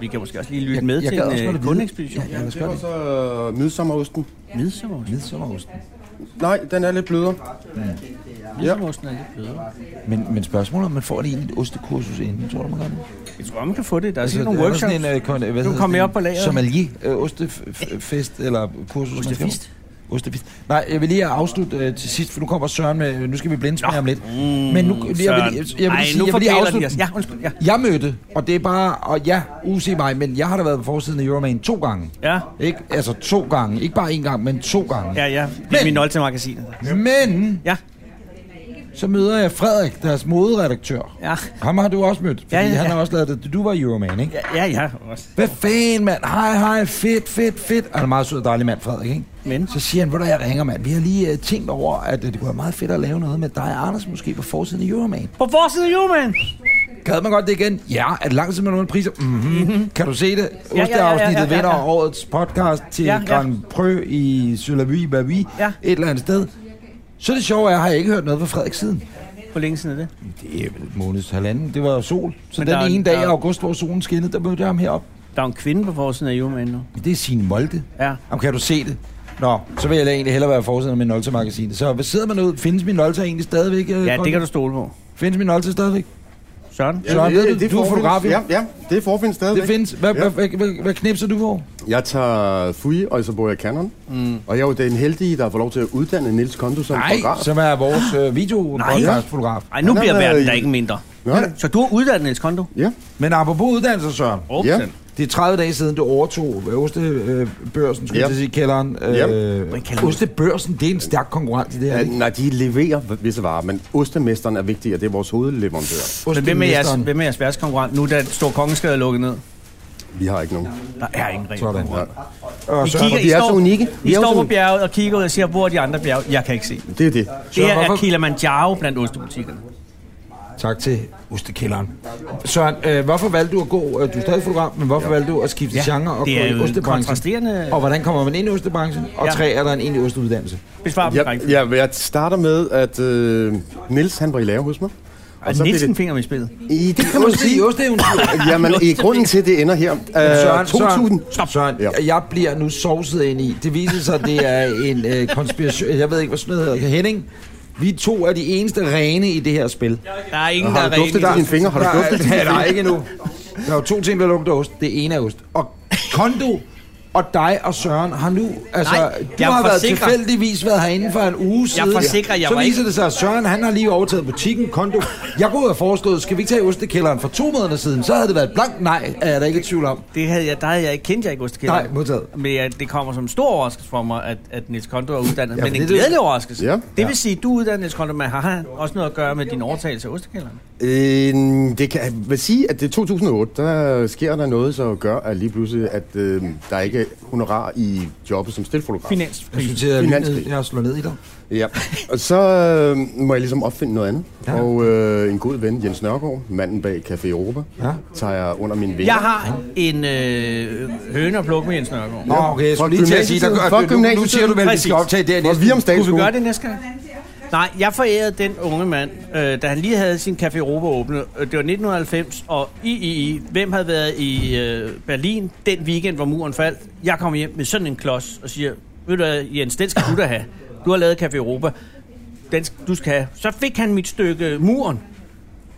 C: Vi kan måske også lige lytte
B: Jeg-
C: med
B: jeg
C: til
B: gad også
C: en
B: godt at
C: øh,
B: vide-
C: kundeekspedition.
B: Ja, lad os
F: Det
B: gøre
F: var
B: det.
F: så øh, midsommerosten.
C: Midsommerost.
B: Midsommerosten.
F: Nej, den er lidt blødere.
C: Midsommerosten er lidt bedre.
B: Men, men spørgsmålet er, om man får det egentlig et ostekursus inden, tror du, man gør det?
C: Jeg tror, man kan få det. Der er
B: Altså,
C: sikkert nogle
B: er der
C: workshops.
B: sådan En, øh, kon, hvad hedder
C: kom
B: det?
C: med op på lageret.
B: Sommelier, øh, ostefest eller kursus. man skal på.
C: Ostefist.
B: Ostefist. Nej, jeg vil lige afslutte øh, til sidst, for nu kommer Søren med, øh, nu skal vi blinde med ham lidt. Mm, Men nu, jeg vil, jeg, jeg, vil, sige-
C: Ej, nu
B: jeg vil lige
C: forkæler de
B: afslutte.
C: os. Ja, undskyld. Ja.
B: Jeg mødte, og det er bare, og ja, usig mig, men jeg har da været på forsiden af Euroman to gange.
C: Ja.
B: Ikke, altså to gange. Ikke bare en gang, men to gange.
C: Ja, ja. Det
B: Men-
C: er min Nolte-magasin.
B: Men
C: Ja.
B: så møder jeg Frederik, deres moderedaktør.
C: Ja.
B: Ham har du også mødt, fordi
C: Ja, ja,
B: han
C: ja.
B: har også lavet det. Du var i Euroman, ikke?
C: Ja, ja, ja. Også.
B: Hvad fanden, mand? Hej, hej, fedt, fedt, fedt. Han er en meget sød og dejlig mand, Frederik, ikke?
C: Men?
B: Så siger han, hvor jeg ringer, mand. Vi har lige uh, tænkt over, at uh, det kunne være meget fedt at lave noget med dig og Anders, måske på forsiden af Euroman.
C: På forsiden af Human!
B: Gad man godt det igen? Ja, at lang tid med nogle priser. Mm-hmm. Kan du se det? Ja, ja, ja, ja, ja,
C: ja.
B: vinder årets podcast til ja,
C: Ja,
B: ja.
C: ja.
B: Grand Prix i Sulavi, Babi, ja.
C: Ja.
B: et eller andet sted. Så det sjove er, har jeg ikke hørt noget fra Frederik siden.
C: Hvor længe siden er det?
B: Det er vel et måneds halvanden. Det var sol. Så
C: Men
B: Men den
C: der er-
B: ene dag i
C: der er-
B: august, hvor solen skinnede, der mødte jeg ham heroppe.
C: Der er jo en kvinde på forsiden af Human nu.
B: Det er Signe Molde.
C: Ja.
B: Jamen, kan du se det? Nå, så vil jeg egentlig hellere være forsiden af min Nolta-magasinet. Så hvad sidder man ud? Findes min Nolta egentlig stadigvæk? øh,
C: Ja, det kan du stole på.
B: Findes min Nolta stadigvæk?
C: Søren?
F: Ja,
B: Søren, ved du, du er
F: forefindes-
B: fotograf, ja.
F: Ja, ja, det forfindes
B: Det
F: stadigvæk.
B: findes. Hvad,
F: Ja.
B: hvad, hvad, hvad, hvad knipser du på?
F: Jeg tager Fui, og så bruger jeg Canon. Mm. Og jeg er jo den heldige, der får lov til at uddanne Nils Kondo som
B: Nej,
F: fotograf.
B: som er vores øh, videopodcast-fotograf.
C: Ej, nu
F: Han er
C: bliver
F: med
C: verden
F: i-
C: der ikke mindre.
F: Nej.
C: Så du har uddannet Niels Kondo?
F: Ja,
B: Men apropos uddannelser, Søren.
C: Okay.
F: ja.
B: Det er 30 dage siden, du overtog øh, Ostebørsen, skulle
F: Ja.
B: jeg til at sige, kælderen.
F: Ja.
C: Man
B: Øh,
C: kalder-
B: Ostebørsen, det er en stærk konkurrent i det her.
F: ja.
B: ikke?
F: Øh, Nej, de leverer visse varer, men ostemesteren er vigtig, og det er vores hovedleverandør.
C: Men hvem er jeres,
B: Ostemesteren.
C: hvem er jeres værste konkurrent, nu da Stor Kongeskade er lukket ned?
F: Vi har ikke nogen.
C: Der er ingen rigtig
B: Sådan.
C: konkurrent.
B: Og
C: I
B: Søren,
C: kigger,
F: vi er så unikke. Vi
C: I
F: er jo
C: står
F: så
C: på
F: unikke.
C: bjerget og kigger ud og siger, hvor er de andre bjerge? Jeg kan ikke se. dem.
F: Det er det.
C: Det her er
B: hvorfor-
C: Kilimanjaro blandt ostebutikkerne.
B: Tak til Ostekælderen. Søren, øh, hvorfor valgte du at gå, øh, du er stadig fotograf, men hvorfor ja. valgte du at skifte ja. genre og
C: det
B: gå
C: er
B: i
C: jo en
B: ostebranchen?
C: kontrasterende
B: Og hvordan kommer man ind i ostebranchen? Og ja.
C: Ja.
B: tre, er der en egentlig osteuddannelse?
C: besvar på
F: Jeg,
C: ja,
F: jeg, jeg starter med, at øh, Niels han var i lære hos mig.
C: Og
F: blev
C: Nielsen
F: det,
C: finger med i spillet.
F: i, det kan man
B: Ost,
F: sige.
B: osteeventyr.
F: (laughs) Jamen, i grunden til, at det ender her. Øh, 2000.
B: Søren, Søren
F: Ja.
B: jeg bliver nu sovset ind i. Det viser sig, at det er en øh, konspiration. Jeg ved ikke, hvad sådan noget hedder. Henning, vi to er de eneste rene i det her spil.
C: Der er ingen, der
F: Har
C: er
F: du duftet til
C: rene.
F: dine fingre? Har du
B: der, (laughs)
F: duftet til
B: er, der er ikke nu. Der er jo to ting, der lugter ost. Det ene er ost. Og kondo og dig og Søren har nu... Altså,
G: Nej,
B: du
G: jeg
B: har været
G: forsikrer-
B: tilfældigvis været herinde for en uge siden.
G: forsikrer, jeg
B: Så
G: var
B: viser
G: ikke-
B: det sig, at Søren han har lige overtaget butikken, kondo. Jeg kunne have foreslået, skal vi ikke tage ostekælderen for to måneder siden? Så havde det været et blankt nej, er jeg da ikke i tvivl om.
C: Det havde jeg, der havde jeg ikke kendt, jeg ikke ostekælder.
B: Nej, modtaget.
C: Men jeg, det kommer som en stor overraskelse for mig, at, at Niels Kondo er uddannet.
B: Ja,
C: Ja, men
B: for
C: en
B: det er det-
C: glædelig overraskelse.
F: Ja.
C: Det vil sige, at du er uddannet Niels Kondo, men har han også noget at gøre med din overtagelse af ostekælderen?
F: Øh, det kan jeg vil sige, at det er 2008, der sker der noget, så gør at lige pludselig, at øh, der ikke er honorar i jobbet som stilfotograf.
B: Jeg
C: Finanskrig.
B: synes, jeg,
F: Finanskrig.
B: lynet- jeg slår ned i dig.
F: Ja, og så øh, må jeg ligesom opfinde noget andet. Ja. Og øh, en god ven, Jens Nørgaard, manden bag Café Europa,
B: Ja.
F: ja. tager jeg under min vinger.
C: Jeg har en øh, høne at plukke med Jens Nørgaard.
B: Nå, okay, jeg
F: Fra
B: skulle lige til at sige, der,
F: gymnasietiden.
B: gør-
F: Fra
B: nu, nu, nu siger du vel, at vi skal
C: gymnasietiden.
B: optage det her
F: Hvor
B: næste.
F: vi om
C: Kunne vi
F: statsskolen.
C: gøre det næste gang? Nej, jeg forærede den unge mand, øh, da han lige havde sin Café Europa åbnet. Øh, Det var 1990, og i, i, i, hvem havde været i øh, Berlin den weekend, hvor muren faldt? Jeg kom hjem med sådan en klods og siger, ved du hvad, Jens, den skal du da have. Du har lavet Café Europa. Den skal, du skal have. Så fik han mit stykke muren.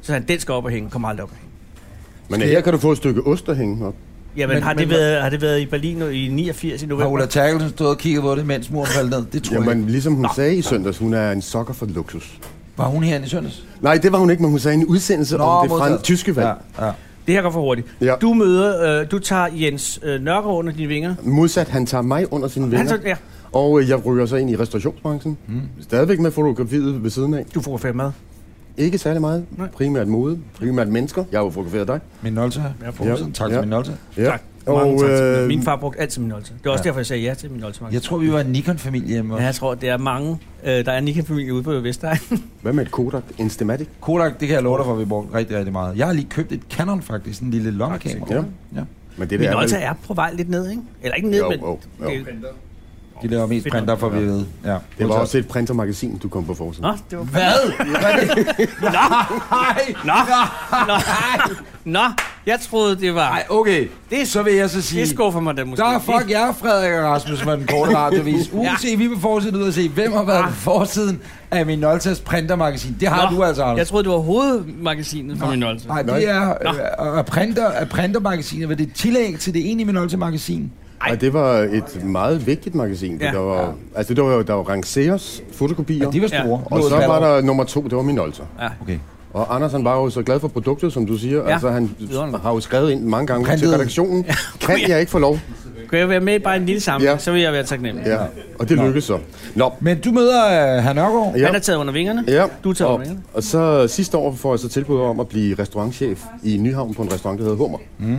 C: Så sagde han, den skal op og hænge. Kom aldrig op og hænge.
F: Men her kan du få et stykke ost at hænge op.
C: Jamen,
B: Men-
C: men, har, det
B: men-
C: været, har det været i Berlin nu i 89 i
B: Har
C: november?
B: Ulla Terkelsen stået og kigget på det, mens muren faldt ned? Det tror jeg.
F: Jamen, ligesom hun Nå. sagde i søndags, hun er en sokker for luksus.
B: Var hun herinde i søndags?
F: Nej, det var hun ikke, men hun sagde i en udsendelse Nå, om det fra
B: modtaget.
F: tyske valg.
B: Ja,
F: Ja.
B: ja.
C: Det her går for hurtigt.
F: Ja.
C: Du møder, øh, du tager Jens øh, Nørgaard under dine vinger.
F: Modsat, han tager mig under sine vinger.
C: Han så, ja,
F: Og øh, jeg ryger så ind i restaurationsbranchen. Mm. Stadigvæk med fotografiet ved siden af.
C: du får fem mad.
F: Ikke særlig meget.
C: Nej.
F: Nej. Primært mode. Primært mennesker. Jeg har jo fotograferet dig.
B: Min nolte.
C: Jeg får
B: Ja.
F: sådan.
B: Tak
F: Ja.
B: for min nolte.
F: Ja.
C: Tak.
F: Og,
C: Mange tak.
F: øh,
C: Min far brugte altid min oldtid. Det er også ja. derfor, jeg sagde ja til min oldtid.
B: Øhm. Jeg tror, vi var en Nikon-familie hjemme.
C: ja,
B: Ja.
C: jeg tror, det er mange. Øh, der er en Nikon-familie ude på Vestegn.
F: Hvad med et Kodak Instamatic?
B: Kodak, det kan jeg love dig for, at vi brugte rigtig, rigtig meget. Jeg har lige købt et Canon faktisk, en lille lommekamera.
F: Ja.
B: ja.
F: Men
C: (laughs)
F: det
C: Min
F: vel-
C: oldtid er på vej lidt ned, ikke? Eller ikke ned,
F: Jo,
C: men...
F: jo, jo.
C: Det,
B: De laver mest
C: Fedt.
B: printer, for vi ved. Ja.
F: Det var også et printermagasin, du kom på forsiden.
C: Nå, det var...
B: Hvad? Hvad er det?
C: (laughs) Nå, nå, nå, jeg troede, det var...
B: Nej, okay.
C: Det-
B: så vil jeg så sige...
C: Det skuffer mig da måske.
B: Der er fuck jer, Frederik og Rasmus, med den korte (laughs) radiovis. UC, ja. Ah. vi vil fortsætte ud og se, hvem har været på forsiden af min Noltas printermagasin. Det har
C: Nå,
B: du altså, Anders.
C: Jeg troede, det var hovedmagasinet for min oldtid.
B: Nej, det er øh, øh, printer, af printermagasinet, hvad det er tillæg til det ene i min magasin.
F: Og det var et meget vigtigt magasin.
C: Ja.
F: Ja. Der var, altså, det var jo, der var Rangeros fotokopier.
B: Ja, de var
C: Ja.
B: store.
F: og
B: Lå
F: så
B: et
F: var
B: valgår.
F: der nummer to, det var min olter.
C: Ja.
B: Okay.
F: Og Anders, han var jo så glad for produktet, som du siger.
C: Ja.
F: Ja. Altså, han
C: Vidunderligt.
F: har jo skrevet ind mange gange
B: Printet.
F: til redaktionen. Kan jeg ikke få lov?
C: Kunne jeg være med i bare en lille samling,
F: Ja.
C: så vil jeg være taknemmelig.
F: Ja. Og det lykkedes så. Nå,
B: Men du møder øh, herr Nørgaard.
F: Ja.
C: Han er taget under vingerne.
F: Ja.
C: Du tager
F: og,
C: under vingerne.
F: og så sidste år får jeg så tilbud om at blive restaurantchef i Nyhavn på en restaurant, der hedder Hummer. Mm.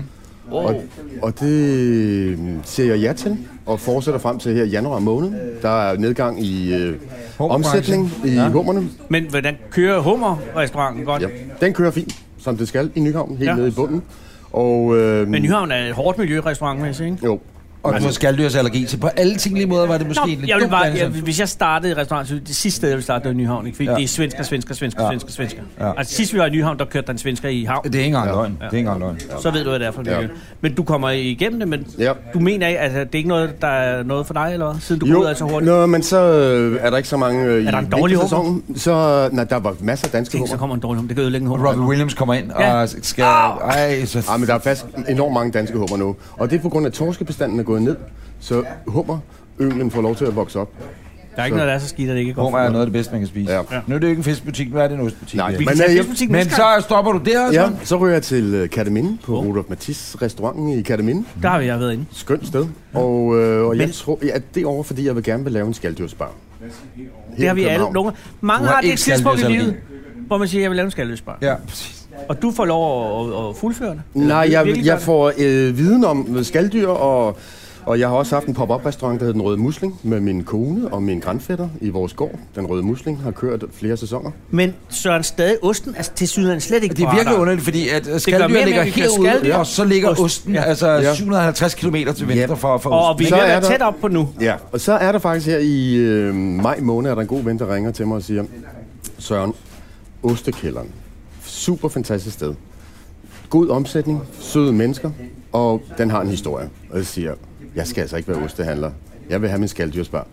F: Og, og det mm, siger jeg ja til, og fortsætter frem til her i januar måned. Der er nedgang i øh, omsætning i ja. hummerne.
C: Men hvordan kører hummer-restauranten godt?
F: Ja. Den kører fint, som det skal, i Nyhavn, helt
C: Ja.
F: ja. nede i bunden. Og, øh,
C: Men Nyhavn er et hårdt miljørestaurantmæssigt, ikke?
F: Jo.
B: Og du har skaldyrsallergi, så på alle tænkelige måder var det måske
C: Altså- Nå,
B: en lidt
C: jeg vil
B: dum
C: bare,
B: blandelse.
C: jeg, hvis jeg startede i restaurant, så ville det sidste sted, jeg ville starte, det var i Nyhavn, ikke? Fordi
B: Ja.
C: ja. det er svensker, svensker, svensker,
B: Ja.
C: ja. svensker, svensker.
B: Ja.
C: Ja. Altså sidst vi var i Nyhavn, der kørte der en svensker i havn.
B: Det er ikke engang løgn. Det er ikke engang løgn.
C: Så ved du, hvad det er for
F: Ja.
C: ja. Men du kommer igennem det, men
F: Ja.
C: du mener ikke, altså, det er ikke noget, der er noget for dig, eller hvad? Siden du går ud af så hurtigt.
F: Nå, men så øh, er der ikke så mange øh,
C: der
F: i
C: en dårlig
F: vintersæsonen. Så, nej, der var masser af danske
C: Tænk, så
F: hummer.
C: kommer en dårlig hum. Det kan ødelægge en hum.
B: Robin Williams kommer ind
C: Ja.
B: og skal... Ej, så...
F: Ja, Ah, men der er faktisk enormt mange danske hummer nu. Og det er på grund af, at torskebestanden er gået ned, så hummer, ynglen får lov til at vokse op.
C: Der er ikke noget, der er så skidt, at det ikke går
B: Hummer
C: for.
B: er noget af det bedste, man kan spise.
F: Ja.
B: Nu er det jo ikke en fiskbutik, nu er det en ostbutik.
F: Nej,
B: Ja.
C: Vi
F: Men,
C: kan
F: øh,
C: tage
F: jeg-
C: fiskbutikken
B: Men
C: næste gang.
B: så stopper du der, altså? så?
F: Ja, så ryger jeg til øh, Kataminde på oh. Rudolf Mathis restauranten i Kataminde.
C: Der har vi jeg været inde.
F: Skønt sted. Og, øh, og
C: Men-
F: jeg tror, ja, det er over, fordi jeg vil gerne vil lave en skaldyrsbar.
C: Det har vi alle. Nogle, mange
B: Du har
C: har det et
B: ikke
C: tidspunkt i
B: skaldyrssallergi.
C: livet, hvor man siger, jeg vil lave en skaldløsbar.
B: Ja, præcis.
C: Og du får lov at, at fuldføre det.
F: Nej,
C: Eller
F: jeg,
C: virkelig
F: jeg
C: gøre
F: får øh, viden om skalddyr, og, og jeg har også haft en pop-up restaurant, der hedder Den Røde Musling, med min kone og min grandfætter i vores gård. Den Røde Musling har kørt flere sæsoner.
C: det. Men Søren, stadig osten Altså, er til sydland slet ikke
B: Det er
C: på
B: virkelig
C: radaren.
B: underligt, fordi at øh,
C: mere
B: skaldyr
C: med,
B: ligger
C: at vi kører
B: herude,
C: skaldyr.
B: og så ligger
C: Ost.
B: osten
C: Ja.
B: altså
F: Ja.
B: 750 km til venstre for, for
C: Og
B: osten.
C: vi er
F: Så
C: ved at
F: er
C: være
F: der-
C: tæt op på nu.
F: Ja, og så er der faktisk her i øh, maj måned, er der en god ven, der ringer til mig og siger, Søren, Ostekælderen, super fantastisk sted. God omsætning, søde mennesker, og den har en historie. Og jeg siger, jeg skal altså ikke være ostehandler. Jeg vil have min skalddyrsbar.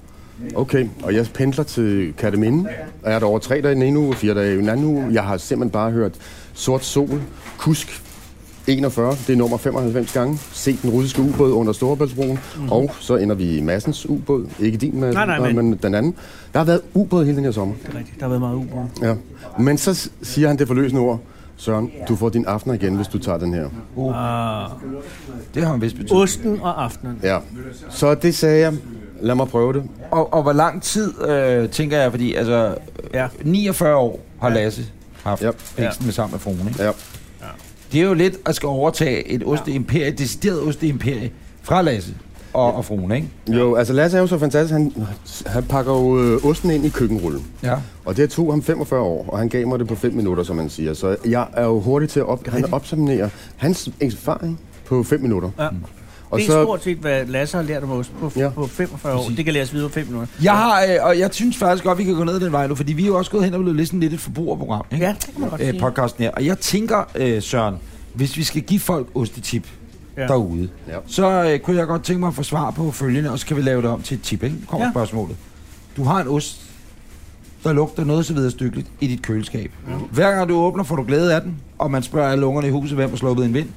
F: Okay, og jeg pendler til Kataminde, og jeg er der over tre dage i den ene uge, fire dage i den anden uge. Jeg har simpelthen bare hørt sort sol, kusk, 41, det er nummer 95 gange. Se den russiske ubåd under Storebæltsbroen. Mm-hmm. Og så ender vi i Massens ubåd. Ikke din, Madsen,
C: Nej, nej, men-
F: men den anden. Der har været ubåd hele den her sommer.
C: Det er rigtigt. Der har været meget ubrugt.
F: Ja. Men så s- siger han det forløsende ord. Søren, du får din aften igen, hvis du tager den her.
B: Det har en vis betydning.
C: Ah, Osten og aftenen.
F: Ja. Så det sagde jeg. Lad mig prøve det.
B: Og, og hvor lang tid, øh, tænker jeg, fordi altså,
C: Ja.
B: 49 år har Lasse haft
F: Yep.
B: væksten med sammen med fruen, ikke?
F: Ja.
B: Det er jo lidt at skal overtage et osteimperie, et decideret osteimperie fra Lasse og, og fruen, ikke?
F: Jo, altså Lasse er jo så fantastisk. Han, han pakker jo øh, osten ind i køkkenrullen.
B: Ja.
F: Og det tog ham 45 år, og han gav mig det på 5 minutter, som man siger. Så jeg er jo hurtig til at op- han opsummere hans erfaring på 5 minutter.
C: Ja.
F: Mm. Og
C: det er
F: så,
C: stort set, hvad Lasse har lært om ost på,
F: Ja.
C: ja. på 45 år. Det kan læres videre på 5 minutter.
B: Jeg har, øh, og jeg synes faktisk godt, vi kan gå ned ad den vej nu, fordi vi er jo også gået hen og blevet lidt sådan lidt et forbrugerprogram, ikke?
C: Ja, det kan man godt
B: øh,
C: sige.
B: podcasten her. Og jeg tænker, øh, Søren, hvis vi skal give folk ostetip ja.
C: Ja.
B: derude, ja.
F: Ja.
B: så øh, kunne jeg godt tænke mig at få svar på følgende, og så kan vi lave det om til et tip, ikke? Nu Kommer ja.
C: Ja.
B: spørgsmålet. Du har en ost, der lugter noget så videre stykkeligt i dit køleskab. Ja. Hver gang du åbner, får du glæde af den, og man spørger alle ungerne i huset, hvem har sluppet en vind.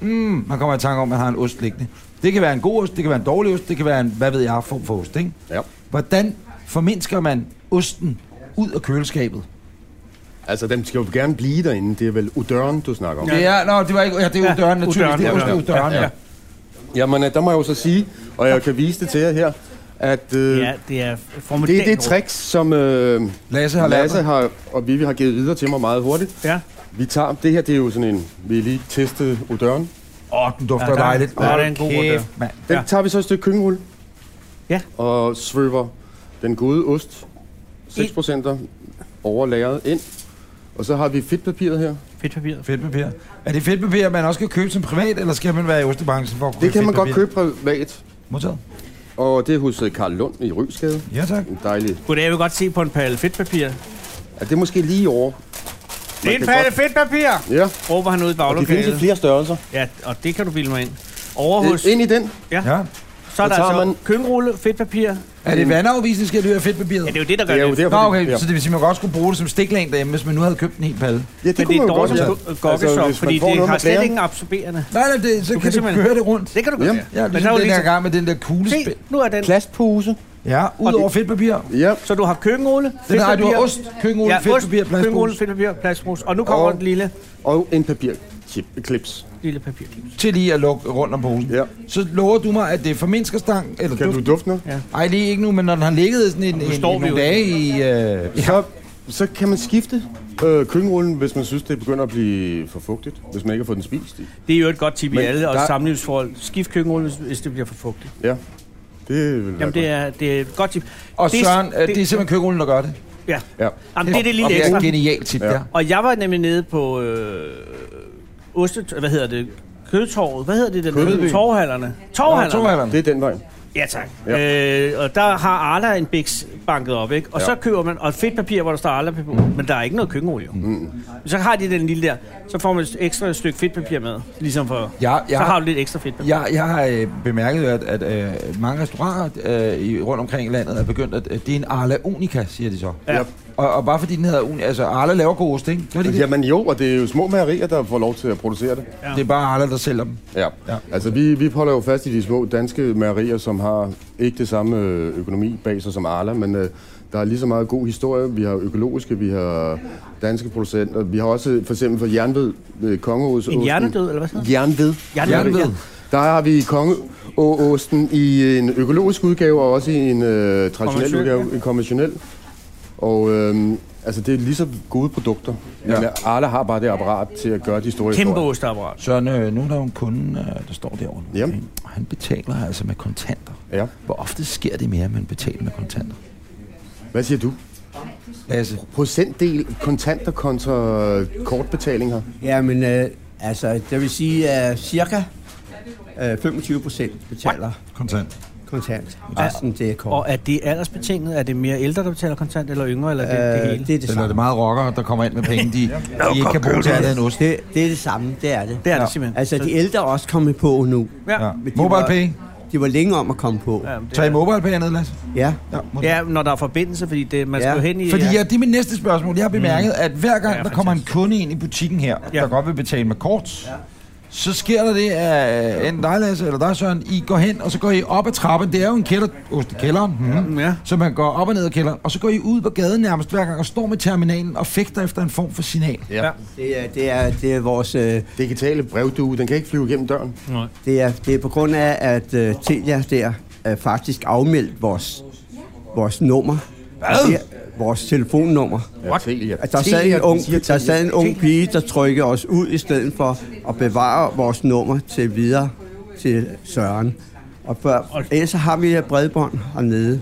B: Mm, man kommer i tanke om, at man har en ost liggende. Det kan være en god ost, det kan være en dårlig ost, det kan være en, hvad ved jeg, form for ost, ikke?
F: ja.
B: Hvordan formindsker man osten ud af køleskabet?
F: Altså, den skal jo gerne blive derinde. Det er vel udøren, du snakker om.
B: Ja, ja nå, det var ikke... Ja, det er jo
C: Ja,
B: døren, naturligvis.
C: udøren,
B: det er
C: ja,
B: ost, det er jo døren, ja.
C: ja.
F: Jamen, øh, der må jeg jo så sige, og jeg kan vise det til jer her, at øh,
C: Ja, det er
F: det
C: formidabelt.
F: er det trick, som øh,
B: Lasse har lært
F: Lasse
B: mig.
F: har, og Vivi har givet videre til mig meget hurtigt.
C: Ja.
F: Vi tager, det her, det er jo sådan en, vi lige testede udøren.
B: Åh, den dufter
C: Ja, der-
B: dejligt.
C: der er det en god
B: Kæft,
C: rundør.
B: mand.
F: Den
C: Ja.
F: tager vi så et stykke køkkenrulle.
C: Ja.
F: Og svøber den gode ost, 6% over lageret ind. Og så har vi fedtpapiret her.
C: Fedt papir.
B: Fedtpapir. Er det fedtpapir, man også kan købe som privat, eller skal man være i ostebranchen for at købe
F: Det kan man godt
B: fedtpapir?
F: købe privat.
B: Modtaget.
F: Og det er hos øh, Karl Lund i Rysgade.
B: Ja, tak.
F: En dejlig.
C: Goddag, jeg vil godt se på en palle fedtpapir.
F: Er det er måske lige over?
C: Det er
F: kan
C: en palle
F: godt-
C: fedtpapir!
F: Ja.
C: Råber han ud i
F: Og det findes i
C: baglokalet.
F: flere størrelser.
C: Ja, og det kan du bilde mig ind. Over
F: Øh,
C: hos,
F: Ind i den.
B: Ja.
C: så er
F: så
C: der
F: tager
C: altså
F: man-
C: køkkenrulle, fedtpapir. Ja,
B: Er det vandafvisende, skal det være fedtpapiret?
C: det er jo det, der gør
F: Det er jo
C: det.
F: derfor,
B: Nå,
F: det-
B: okay,
F: ja.
B: så det vil sige, at man godt skulle bruge det som stiklæn derhjemme, hvis man nu havde købt en hel palle.
F: Ja, det
C: Men
F: kunne
C: det
F: man
C: er
F: jo godt,
C: dårligt
F: ja. Altså,
C: som gokkesop,
F: hvis man
C: fordi
F: får
C: det
F: noget
C: har
F: med
C: slet
F: blæren-
C: ikke en absorberende.
B: Nej, nej, det, så
C: Du
B: kan
C: kan
B: du
C: simpelthen-
B: køre det rundt.
C: Det kan du godt.
F: Jamen,
C: Ja,
B: Ja,
C: Men der
B: ligesom
C: er jo
B: den der
C: ligesom...
B: gang med den der kuglespil.
C: Se, nu er den...
F: Plastpose.
B: Ja, ud
C: det-
B: over fedtpapir.
F: Ja.
C: Så du har køkkenrulle,
B: Den har du
C: fedtpapir-
B: har ost, køkkenrulle,
C: Ja,
B: ja, fedtpapir,
C: ost, køkkenrulle,
B: plastpose.
C: fedtpapir, plastbrus. Og nu kommer
F: Og-
C: den lille,
F: Og en papirklips.
C: lille papir.
B: til lige at lukke rundt om posen.
F: Ja.
B: Så lover du mig, at det er formindsker stang, eller
F: Kan
B: duft?
F: du dufte noget?
B: Ej, det er ikke nu, men når den har ligget sådan en, en, en,
C: står
B: nogle
C: vi jo.
B: dage i... Øh,
F: Så, så kan man skifte øh, køkkenrullen, hvis man synes, det begynder at blive for fugtigt. Hvis man ikke har fået den spist. i.
C: Det er jo et godt tip i
F: Men
C: alle og
F: der-
C: samlivsforhold. Skift køkkenrulle, hvis- hvis det bliver for fugtigt.
F: Ja, det vil være
C: Jamen,
F: godt.
C: det er, det er et godt tip.
B: og
C: det,
B: Søren, øh, det, det, er simpelthen køkkenrullen, der gør det.
C: Ja.
F: Ja.
C: Jamen, det er det lille
B: og,
C: ekstra.
B: Og det er et genialt tip, ja. der.
C: Og jeg var nemlig nede på øh, Ostet, hvad hedder det? Kødtorvet. Hvad hedder det dernede?
F: Kødby.
C: Torvhallerne.
B: Og
C: Torvhallerne.
B: tohallerne.
F: Det er den vej.
C: Ja, tak. Ja. Øh, og der har Arla en biks banket op, ikke? Og ja. så køber man, og et fedt papir, hvor der står Arla på, men der er ikke noget køkkenolie. Mm. Så har de den lille der, så får man et ekstra stykke fedtpapir med, ligesom for...
B: Ja, ja.
C: Så har du lidt ekstra fedtpapir.
B: Jeg, jeg har øh, bemærket, at, at øh, mange restauranter øh, i- rundt omkring i landet er begyndt, at, at det er en Arla Unica, siger de så.
C: Ja.
B: Og, og bare fordi den hedder Unica, altså Arla laver god ost, ikke? Gør de det?
F: Jamen jo, og det er jo små mejerier, der får lov til at producere det.
B: Det er bare Arla, der sælger dem.
F: Ja.
B: Ja.
F: ja. Altså, vi, vi holder jo fast i de små danske mejerier, som har ikke det samme øh, økonomi bag sig som Arla, men øh, der er lige så meget god historie. Vi har økologiske, vi har danske producenter. Vi har også for eksempel for jernved, øh, kongeås.
C: En hjernedød, eller hvad så?
F: Jernved.
C: Jernved,
B: Jernved. ja.
F: Der har vi kongeåsten i en økologisk udgave, og også i en øh, traditionel
C: Konventionel,
F: udgave, en konventionel. Og øhm, altså, det er lige så gode produkter. Ja. Men Arla har bare det apparat til at gøre de store
C: Kæmpe
F: historier.
C: osteapparat.
B: Søren, øh, nu er der jo en kunde, øh, der står derovre nu.
F: Jamen.
B: ikke? Og Han betaler altså med kontanter.
F: Ja.
B: Hvor ofte sker det mere, at man betaler med kontanter?
F: Hvad siger du?
B: Lasse,
F: procentdel øh, kontanter kontra kortbetalinger.
E: Ja, men øh, altså, det vil sige, at øh, cirka øh, 25 procent betaler
B: kontant.
E: kontant. Resten, det er kort.
C: Og er det aldersbetinget? Er det mere ældre, der betaler kontant, eller yngre, eller det, det hele?
E: Øh, det
B: Eller er
E: er det
B: det
E: samme.
B: meget rockere, der kommer ind med penge, de, de ikke kan bruge til andet end ost?
E: Det, det er det samme, det er det.
C: Det er det simpelthen.
E: Altså, de ældre er også kommet på nu.
C: Ja.
B: Ja.
C: ja.
E: Men de
B: Mobile
E: var-
B: pay.
E: De var længe om at komme på.
C: ja men det
B: Tag
C: er-
B: i mobile pay ned, Lasse.
E: Ja,
B: Ja, må du-
C: Ja, når der er forbindelse, fordi det, man
E: Ja.
C: skal jo hen i...
B: Fordi ja, det er mit næste spørgsmål. Jeg har bemærket, at hver gang
C: Ja,
B: der kommer en kunde ind i butikken her,
C: Ja.
B: der godt vil betale med kort, så sker der det, at øh, enten dig, Lasse, eller dig, Søren, I går hen, og så går I op ad trappen. Det er jo en kælder, ost i kælderen. Mm.
C: Ja.
B: Så man går op og ned ad kælderen, og så går I ud på gaden nærmest hver gang og står med terminalen og fægter efter en form for signal.
F: Ja.
E: Det er, det er, det er vores... Øh,
F: Digitale brevdue, den kan ikke flyve gennem døren.
G: Nej.
E: Det er, det er på grund af, at øh, Telia der øh, faktisk afmeldt vores, vores nummer. Hvad? Det er, vores telefonnummer.
F: Ja, Telia.
E: At Altså, der, sad
F: Telia,
E: en
F: den
E: ung,
F: siger
E: der sad en ung pige, der trykkede os ud i stedet for at bevare vores nummer til videre til Søren. Og før, ellers så har vi her bredbånd hernede.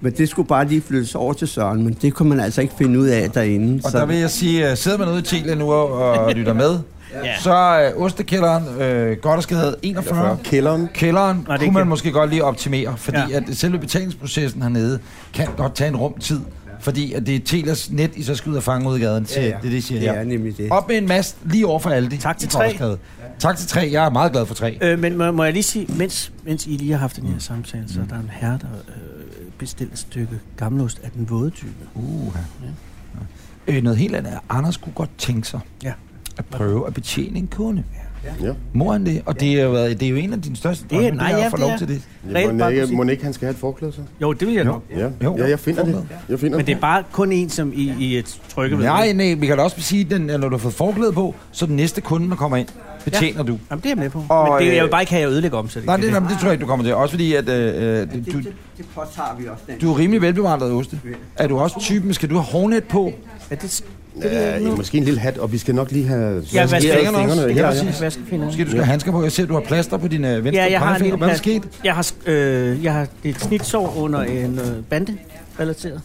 E: Men det skulle bare lige flyttes over til Søren, men det kunne man altså ikke finde ud af derinde.
B: Og der vil jeg sige, uh, sidder man ude i Telia nu og,
C: (laughs)
B: og lytter med, ja. så uh, ostekælderen, uh, godt og skade 41,
F: Telia. Kælderen.
B: kælderen
C: er
B: Nej, kunne
C: ikke
B: man
C: det.
B: måske godt lige optimere, fordi ja.
C: Ja.
B: at selve betalingsprocessen hernede kan godt tage en rum tid, fordi at det er Telas net, I så skal ud og fange ud i gaden til. Ja, ja. Det er det, I siger
E: det
B: her.
E: er nemlig det.
B: Op med en mast lige over for Aldi.
C: Tak til
B: i Korsgade.
C: tre.
B: Tak til tre. Jeg er meget glad for tre.
C: Øh, men må, må jeg lige sige, mens, mens I lige har haft den
B: Mm.
C: her samtale, så er der en herre, der øh, bestilte et stykke gammelost af den våde type.
E: Øh.
B: Uh, ja. øh, noget helt andet er, Anders kunne godt tænke sig
C: Ja.
B: at prøve at betjene en kunde.
F: Ja.
B: Må han det? Og det er, jo, det er jo en af dine største
C: er-
B: drømme, det, det
C: nej,
B: er
C: ja,
B: at få
C: det
B: lov
C: er.
B: til det.
C: Reelt
F: Ja, må,
C: bare
F: ikke,
C: musik.
F: må ikke, han skal have et forklæde så?
C: Jo, det vil jeg
B: Jo.
C: nok.
F: Ja,
B: Jo.
F: ja jeg finder det. Jeg finder
C: Men det
F: det.
C: er bare kun en, som I, I et trykke ved.
B: Nej, nej, vi kan da også sige, at den, når du har fået forklæde på, så den næste kunde, der kommer ind, betjener ja. du.
C: Jamen, det er jeg med på.
B: Og,
C: men det, jeg vil
B: øh,
C: bare ikke have, at jeg ødelægger omsætning.
B: Nej, det, nej, det tror jeg ikke, du kommer til. Også fordi, at øh, øh,
E: det,
B: du,
E: det, det påtager vi også den.
B: du er rimelig velbevandret, Oste. Er du også typen, skal du have hårnet på?
C: Ja, det,
F: Ja, ja, måske en lille hat, og vi skal nok lige have...
C: Ja, vask
F: Ja,
C: fingrene
B: også. Det
C: det kan
F: Ja,
B: kan
F: ja.
B: jeg
C: også
B: sige.
C: vaske fingrene.
B: Måske du skal have handsker på. Jeg ser, at du har plaster på din øh, venstre
C: Ja, jeg har en
B: pegefinger.
C: lille
B: Hvad er der
C: plads.
B: sket?
C: Jeg har, sk- øh, jeg har et snitsår under en øh, bande relateret.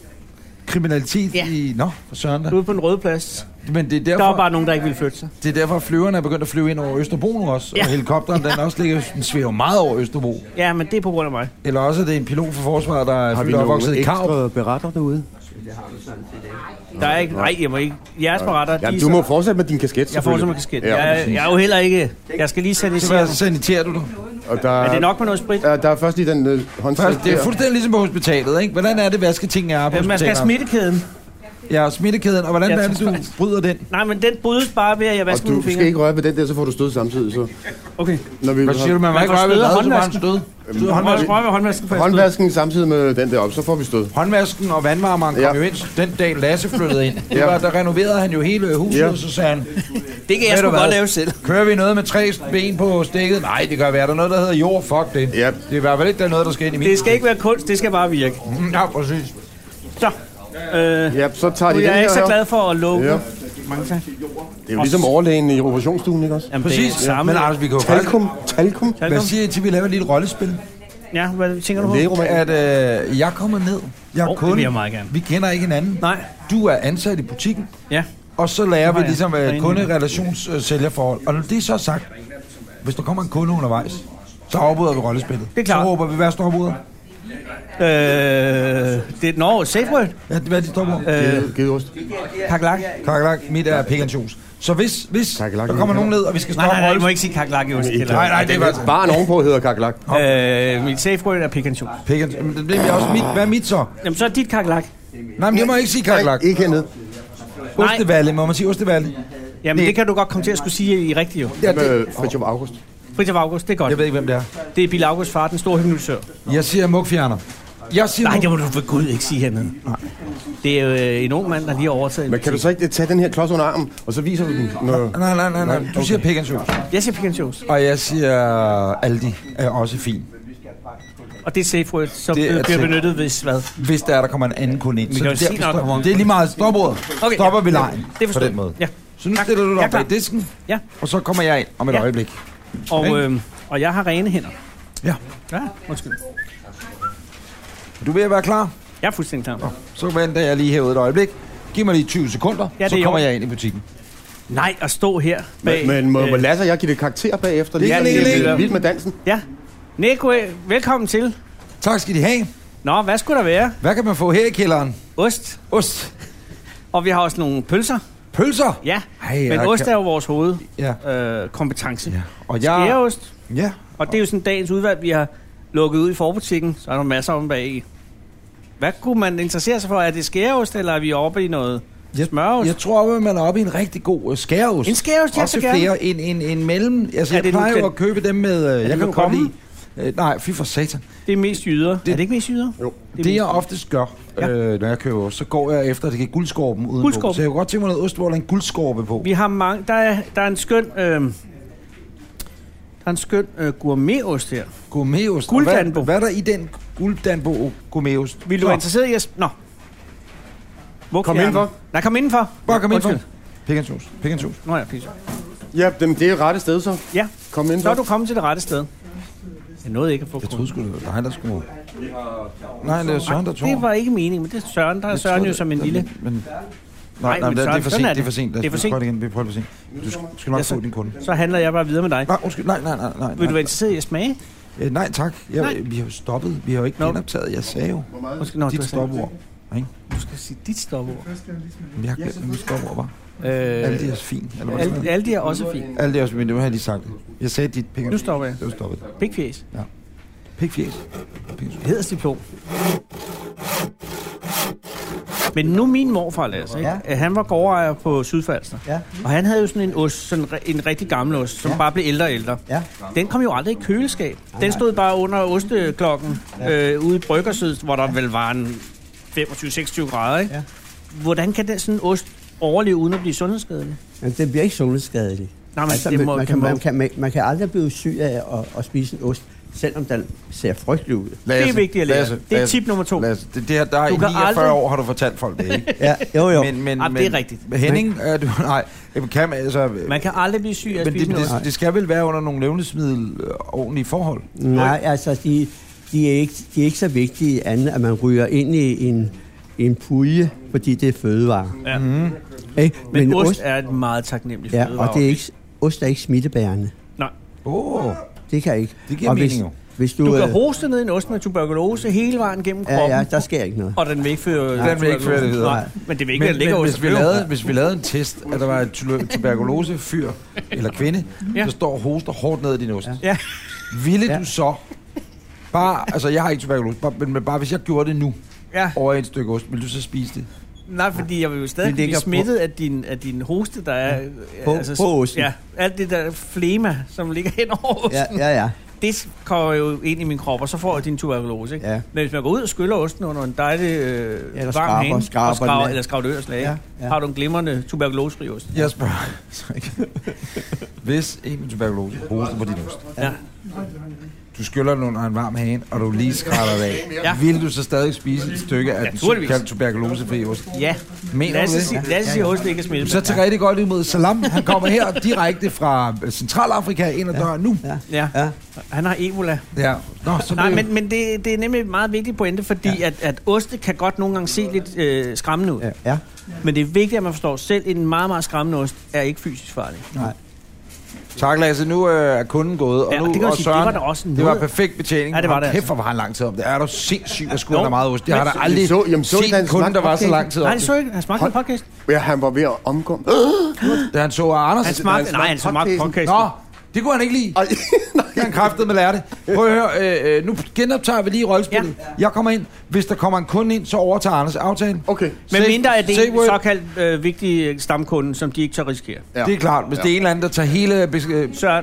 B: Kriminalitet
C: Ja.
B: i... Nå, for søren da.
C: Ude på den røde plads.
B: Men det er
C: Der var
B: derfor,
C: bare nogen, der ikke ville flytte sig.
B: det er derfor at flyverne er begyndt at flyve ind over Østerbro nu også. Ja. Og
C: Ja.
B: helikopteren, den også ligger, den svæver meget over Østerbro.
C: Ja, men det er på grund af mig.
B: Eller også er det en pilot for forsvaret, der er
F: Har vi
B: fyldt opvokset
F: nogle
B: i Karup.
F: ekstra beretter derude?
C: Der er ikke, nej, jeg må ikke. Jeres parater,
F: Ja,
C: de er
F: du
C: så-
F: må fortsætte med din kasket,
C: Jeg får som en kasket.
F: selvfølgelig. Ja,
C: Jeg, jeg er jo heller ikke... Jeg skal lige
B: Så hvad
C: sanitere. mig.
B: saniterer du dig?
F: og der,
C: Er det nok med noget sprit?
F: Ja, der er først lige den øh, håndtag
B: Først, det er fuldstændig ligesom på hospitalet, ikke? Hvordan er det, vasketing er på
C: Øh, Man skal have
B: hospitalet?
C: smittekæden.
B: Ja, smittekæden, og hvordan
C: Ja,
B: er det, du
C: tak.
B: bryder den?
C: Nej, men den brydes bare ved, at jeg
F: Og
C: vasker mine
F: du skal
C: fingre.
F: ikke røre ved den der, så får du stød samtidig. Så.
C: Okay.
F: Når vi Øhm,
B: Hvad siger du, man må
C: Man
B: ikke
C: får
B: røre ved
C: stød af
B: hvad, så bare en
C: håndvasken.
B: stød?
C: Du har også røget ved håndvasken for jeg
F: Håndvasken samtidig med den der op, så får vi stød.
B: Håndvasken og vandvarmeren kom
F: Ja.
B: jo ind den dag, Lasse flyttede ind. Det
F: Ja.
B: var, der renoverede han jo hele huset,
F: Ja.
B: og så sagde han,
C: stod. Det kan jeg
B: Ved
C: sgu
B: du hvad?
C: godt lave selv.
B: kører vi noget med tre ben på stikket? Nej, det kan være. Der er noget, der hedder jord. Fuck det.
F: Ja.
B: Det er i hvert fald ikke der er noget, der skal ind i min.
C: Det skal ikke være kunst, det skal bare virke.
B: Mm, Ja, præcis.
C: Så. Øh,
F: Ja, så tager de den
C: jeg er
F: her.
C: ikke så
F: her.
C: glad for at lukke.
F: Ja.
C: Mange tak.
F: Det er jo ligesom overlægen i operationsstuen, ikke også?
C: Jamen,
B: Præcis.
C: Det er samme.
B: Men Anders, vi kan jo faktisk...
F: Talkum, talkum.
B: Hvad
C: Talkum.
B: siger I til, at vi laver et lille rollespil?
C: Ja, hvad tænker du på?
F: Lægeroman.
B: At øh, jeg kommer ned. Jeg er
C: Åh, det
B: kunde.
C: vil jeg meget gerne.
B: Vi kender ikke hinanden.
C: Nej.
B: Du er ansat i butikken.
C: Ja.
B: Og så lærer vi
C: har jeg.
B: ligesom
C: Derinde.
B: uh, kunderelations-sælgerforhold. Og når det så er sagt, hvis der kommer en kunde undervejs, så afbryder vi rollespillet.
C: Det er klart.
B: Så råber vi, hvad står på
C: Øh, det, nå, safe word.
B: Ja, hvad er de står på?
C: Øh,
F: Gede- Gedeost.
C: Kakelak.
B: Kakelak, mit er pecan juice. Så hvis, hvis
F: Kakelak,
B: der kommer
F: ja.
B: nogen ned, og vi skal
C: Nej,
B: stoppe
C: nej, nej, du må
B: rollespillet...
C: ikke sige kakelak i ostekælder.
B: Nej, nej, det var
F: Baren ovenpå hedder kakelak.
C: Øh, mit safe word er pecan juice.
B: pecan juice. Men det bliver også mit. Hvad er mit så?
C: Jamen, så er dit kakelak.
B: Nej, men jeg må ikke sige kakelak.
F: Ikke hernede.
B: Ostevalle, må man sige ostevalle?
C: Jamen, det kan du godt komme til at skulle sige i rigtigt jo.
B: Ja,
F: Med
B: det,
F: Fritjof August.
C: Fritjof August, det er godt.
B: jeg ved ikke, hvem det er.
C: Det er Bill August far, den store hypnotisør.
B: Jeg siger mugfjerner. Jeg siger
C: Nej,
B: mug-
C: det må du for gud ikke sige hernede. Det er jo øh, en ung mand, der lige har overtaget.
F: Men kan du så ikke øh, tage den her klods under armen, og så viser du den? Nå.
B: Nej, nej, nej, nej. Du siger pecan juice.
C: Jeg siger pecan juice,
B: Og jeg siger Aldi er også fint.
C: og det er safe word, som
B: Det er
C: det bliver
B: safe.
C: benyttet hvis hvad.
B: Hvis der er, der kommer en anden kunde ind.
C: Vi kan jo
B: det, er
C: sige,
B: derfor,
C: når der kommer en
B: det er lige meget stopordet. Okay,
C: Okay,
B: Stopper
C: ja.
B: vi lejen
C: Det
B: på
C: forstår
B: den måde.
C: Ja.
B: Så nu
C: Tak.
B: stiller du dig
C: Jeg
B: op
C: er klar.
B: bag disken,
C: Ja,
B: og så kommer jeg ind om et
C: Ja.
B: øjeblik.
C: og,
B: Okay.
C: øh, og jeg har rene hænder.
B: Ja.
C: Ja, undskyld.
B: Du er ved at være klar?
C: Jeg er fuldstændig klar.
B: Så venter jeg lige herude et øjeblik. Giv mig lige 20 sekunder,
C: Ja, det
B: så
C: er i
B: kommer
C: orden.
B: jeg ind i butikken.
C: Nej, at stå her bag...
F: Men, men må,
C: øh,
F: må Lasse og jeg give det karakter bagefter? Lige
B: Ja,
F: sådan
B: lige-
F: en,
C: lige-
F: øh, Vild med dansen.
C: Ja. Nico, øh, velkommen til.
B: Tak skal de have.
C: Nå, hvad skulle der være?
B: Hvad kan man få her i kælderen?
C: Ost.
B: Ost.
C: Og vi har også nogle pølser.
B: Pølser.
C: Ja.
B: Ej,
C: Men
B: jeg
C: ost
B: kan-
C: er jo vores
B: Ja.
C: hovedkompetence. Øh, ja.
B: Og jeg...
C: Skæreost.
B: Ja.
C: Og det er jo sådan dagens udvalg, vi har lukket ud i forbutikken. Så er der masser om bag i. Hvad kunne man interessere sig for? Er det skæreost, eller er vi oppe i noget?
B: Jeg,
C: Smørost.
B: jeg tror, at man er oppe i en rigtig god øh, skæreost.
C: En skæreost, jeg
B: Også
C: så gerne.
B: flere. En, en, en mellem. Altså,
C: Er
B: jeg
C: det nu
B: plejer jo
C: den-
B: at købe dem med... Øh, jeg
C: det
B: kan
C: nu
B: jo godt
C: kommen?
B: lide... Øh, nej, fy for satan.
C: Det er mest jyder. Det, er det ikke mest jyder?
F: Jo.
C: Det er
B: Det, jeg
C: mest-
B: oftest gør,
C: Ja.
B: øh, når jeg køber ost, så går jeg efter, at det kan guldskorpen uden
C: Guldskorpen.
B: Så jeg kunne godt tænke mig noget ost, hvor der er en guldskorpe på.
C: Vi har mange... Der er, der er en skøn... Øh, der er en skøn øh, gourmetost her.
B: Gourmetost. Og
C: Gulddanbo.
B: Hvad, hvad er der i den gulddanbo gourmetost?
C: Vil du
B: Nå,
C: være interesseret i at... Nå. Hvor
F: Kom indenfor.
C: Nej, kom indenfor.
B: Bare kom ind for.
C: Undskyld.
B: Pekansjus. Pekansjus.
C: Nå ja, pisse.
F: Ja, dem, det er rette sted så.
C: Ja,
F: Kom ind
C: så
F: så.
C: er du kommet til det rette sted. Jeg nåede ikke at få
B: Jeg
C: kronen.
B: troede sgu, det var dig, der skulle... Nej, det er Søren, der tog.
C: Det var ikke meningen, men det er Søren. Der er Søren jo som en lille...
B: Men, men, nej,
C: Nej,
B: nej,
C: men
B: men det, det er
C: Søren,
B: for
C: sådan
B: sent,
C: er
B: det er for sent. Lad os
C: Det er for
B: prøve det igen. Vi prøver det for sent. Du skal- skal nok
C: Ja, så-
B: få din kunde.
C: Så handler jeg bare videre med dig.
B: Nej, undskyld. Nej, nej, nej, nej.
C: Vil du være
B: nej.
C: interesseret i at smage?
B: Øh, nej tak.
C: Nej.
B: Jeg, vi har jo stoppet. Vi har jo ikke
C: Nå.
B: genoptaget. Jeg sagde jo
C: Måske, nå,
B: dit
C: du
B: stopord. Ikke?
C: Du skal sige dit stopord.
B: Men Jeg har glemt, hvad mit stopord var.
C: Øh,
B: Alt det er fint. Eller hvad det
C: alle,
B: hedder.
C: alle de er også fint.
B: Alt det er også, men det har jeg lige sagt. Jeg sagde dit penge.
C: Nu stopper jeg.
B: Det var stoppet.
C: Pikfjæs.
B: Pikfjes.
C: Hedersdiplom. Men nu min morfar, Lasse, ikke?
E: Ja.
C: Ja. han var gårdejer på Sydfalster.
E: Ja.
C: Og han havde jo sådan en ost, sådan en ri- en rigtig gammel ost, som ja.
E: Ja.
C: bare blev ældre og ældre.
E: Ja.
C: Den kom jo aldrig i køleskab. Den stod bare under osteklokken ja. øh, ude i bryggersød, hvor der vel var en 25-26 grader. Ikke? Ja.
E: Ja.
C: Hvordan kan den sådan en ost overleve uden at blive sundhedsskadelig?
E: Men Altså, det bliver ikke sundhedsskadelig.
C: Nej, men det
E: man-
C: må-
E: man,
C: kan
E: kan,
C: man-
E: man, kan, man, man kan aldrig blive syg af at, at spise en ost, selvom den ser frygtelig ud.
C: Det er vigtigt at lære. Det er tip nummer to.
B: Lasse, det, det her, der er i
C: Du kan
B: 49
C: aldrig-
B: år, har du fortalt folk det,
C: (laughs)
B: ikke?
E: Ja, jo jo. Men,
B: Men, men,
C: Jamen,
B: men,
C: det er rigtigt.
B: Henning, er du, (laughs) nej, jamen, kan man, altså,
C: Man kan aldrig blive syg af at
B: men
C: spise
B: det,
C: en ost.
B: det, det, skal vel være under nogle levnedsmiddel øh, ordentlige forhold.
E: Nej, altså, de, de, er ikke, de er ikke så vigtige andet, at man ryger ind i en, en pulje, fordi det er fødevare.
C: Ja.
E: Mm. Ikke?
C: Men, men ost, ost er et meget taknemmeligt
E: ja,
C: fødevare.
E: og det er ikke, ost er ikke smittebærende.
C: Nej.
B: Åh, oh,
E: Det kan ikke.
B: Det giver
E: og
B: mening jo.
E: Hvis du,
C: Du kan
E: øh,
C: hoste ned i en ost med tuberkulose hele vejen gennem kroppen.
E: Ja, ja, der sker ikke noget.
C: Og den vil ikke føre...
B: den vil ikke føre det videre.
C: Nej, men det vil ikke, men,
B: men,
C: at ligger
B: men
C: hos
B: hvis, vi lavede, hvis vi lavede en test, at der var en
C: (laughs)
B: tu- tuberkulose fyr eller kvinde,
C: Ja.
B: ja. der står og hoster hårdt ned i din ost,
C: Ja.
B: ville
E: Ja.
B: du så bare, altså jeg har ikke tuberkulose, bare, men, men bare hvis jeg gjorde det nu
C: ja.
B: over et stykke ost, ville du så spise det?
C: Nej, fordi jeg vil jo stadig
B: Det ligger
C: blive
B: på-
C: smittet af din, af din hoste, der er... altså,
E: På- på osten.
C: Ja, alt det der flema, som ligger hen over osten.
E: Ja, ja, ja.
C: Det kommer jo ind i min krop, og så får jeg din tuberkulose. Ikke?
E: Ja.
C: Men hvis man går ud og skyller osten under en dejlig øh,
E: Eller
C: varm
E: skraber-
C: hane,
E: skraber
C: og skraver,
E: den af.
C: eller skraver det øverst af, ja,
E: Ja,
C: ja.
E: ja.
C: har du en glimrende tuberkulosefri ost.
B: Jeg
C: (laughs)
B: spørger så ikke. Hvis en med tuberkulose hoster på din ost,
C: Ja.
B: du skyller den under en varm hane, og du lige skræller det af,
C: Ja.
B: ja. vil du så stadig spise et stykke af den
C: Naturligvis.
B: såkaldte tuberkulosefri ost?
C: ja.
B: Mener du
C: Lasse,
B: det?
C: sig- Lasse siger, at osten ikke er smittet.
B: Så tager rigtig godt imod Salam. Han kommer her direkte fra øh, Centralafrika ind ad døren nu.
E: ja.
C: Ja.
E: ja.
C: Han har Ebola.
B: Ja. Nå, så
C: Nej,
B: blev-
C: men, men det, det er nemlig en meget vigtig pointe, fordi ja. at, at oste kan godt nogle gange se lidt øh, skræmmende ud. Ja.
E: ja. ja.
C: Men det er vigtigt, at man forstår, selv en meget, meget skræmmende ost er ikke fysisk farlig.
E: Nej.
B: Tak, Lasse. Nu øh, er kunden gået. Og
C: Ja,
B: nu,
C: det kan man
B: og
C: sige, det var da også
B: Det var
C: noget.
B: perfekt betjening.
C: Ja, det var
B: Hold
C: det
B: Kæft,
C: altså.
B: hvor var han lang tid om det. Er du sindssyg, at skulle
C: Jo.
B: have meget ost? Det har
C: Men-
B: der aldrig
F: Så- jamen, så
B: set
F: den
B: en kunde, der var så
F: snak-
B: lang tid om
C: Nej, det
B: det.
C: så jeg ikke. Han smagte en podcast.
F: Ja, han var ved at Øh, omkomme.
B: Da han så at Anders...
C: Han smagte, nej, han smagte podcast.
B: Nå, (laughs) det kunne han ikke lide.
F: Ej, nej.
B: Han kræftede med lære det. Prøv at høre, øh, øh, nu genoptager vi lige rollespillet. Ja. Jeg kommer ind. Hvis der kommer en kunde ind, så overtager Anders aftalen.
F: Okay.
C: Men
B: Se-
C: mindre er det
B: se,
C: en
B: hvor-
C: såkaldt øh, vigtig stamkunde, som de ikke tør risikere.
F: Ja.
B: Det er klart, hvis
F: Ja.
B: det er en eller anden, der tager hele besk- øh,
C: Så,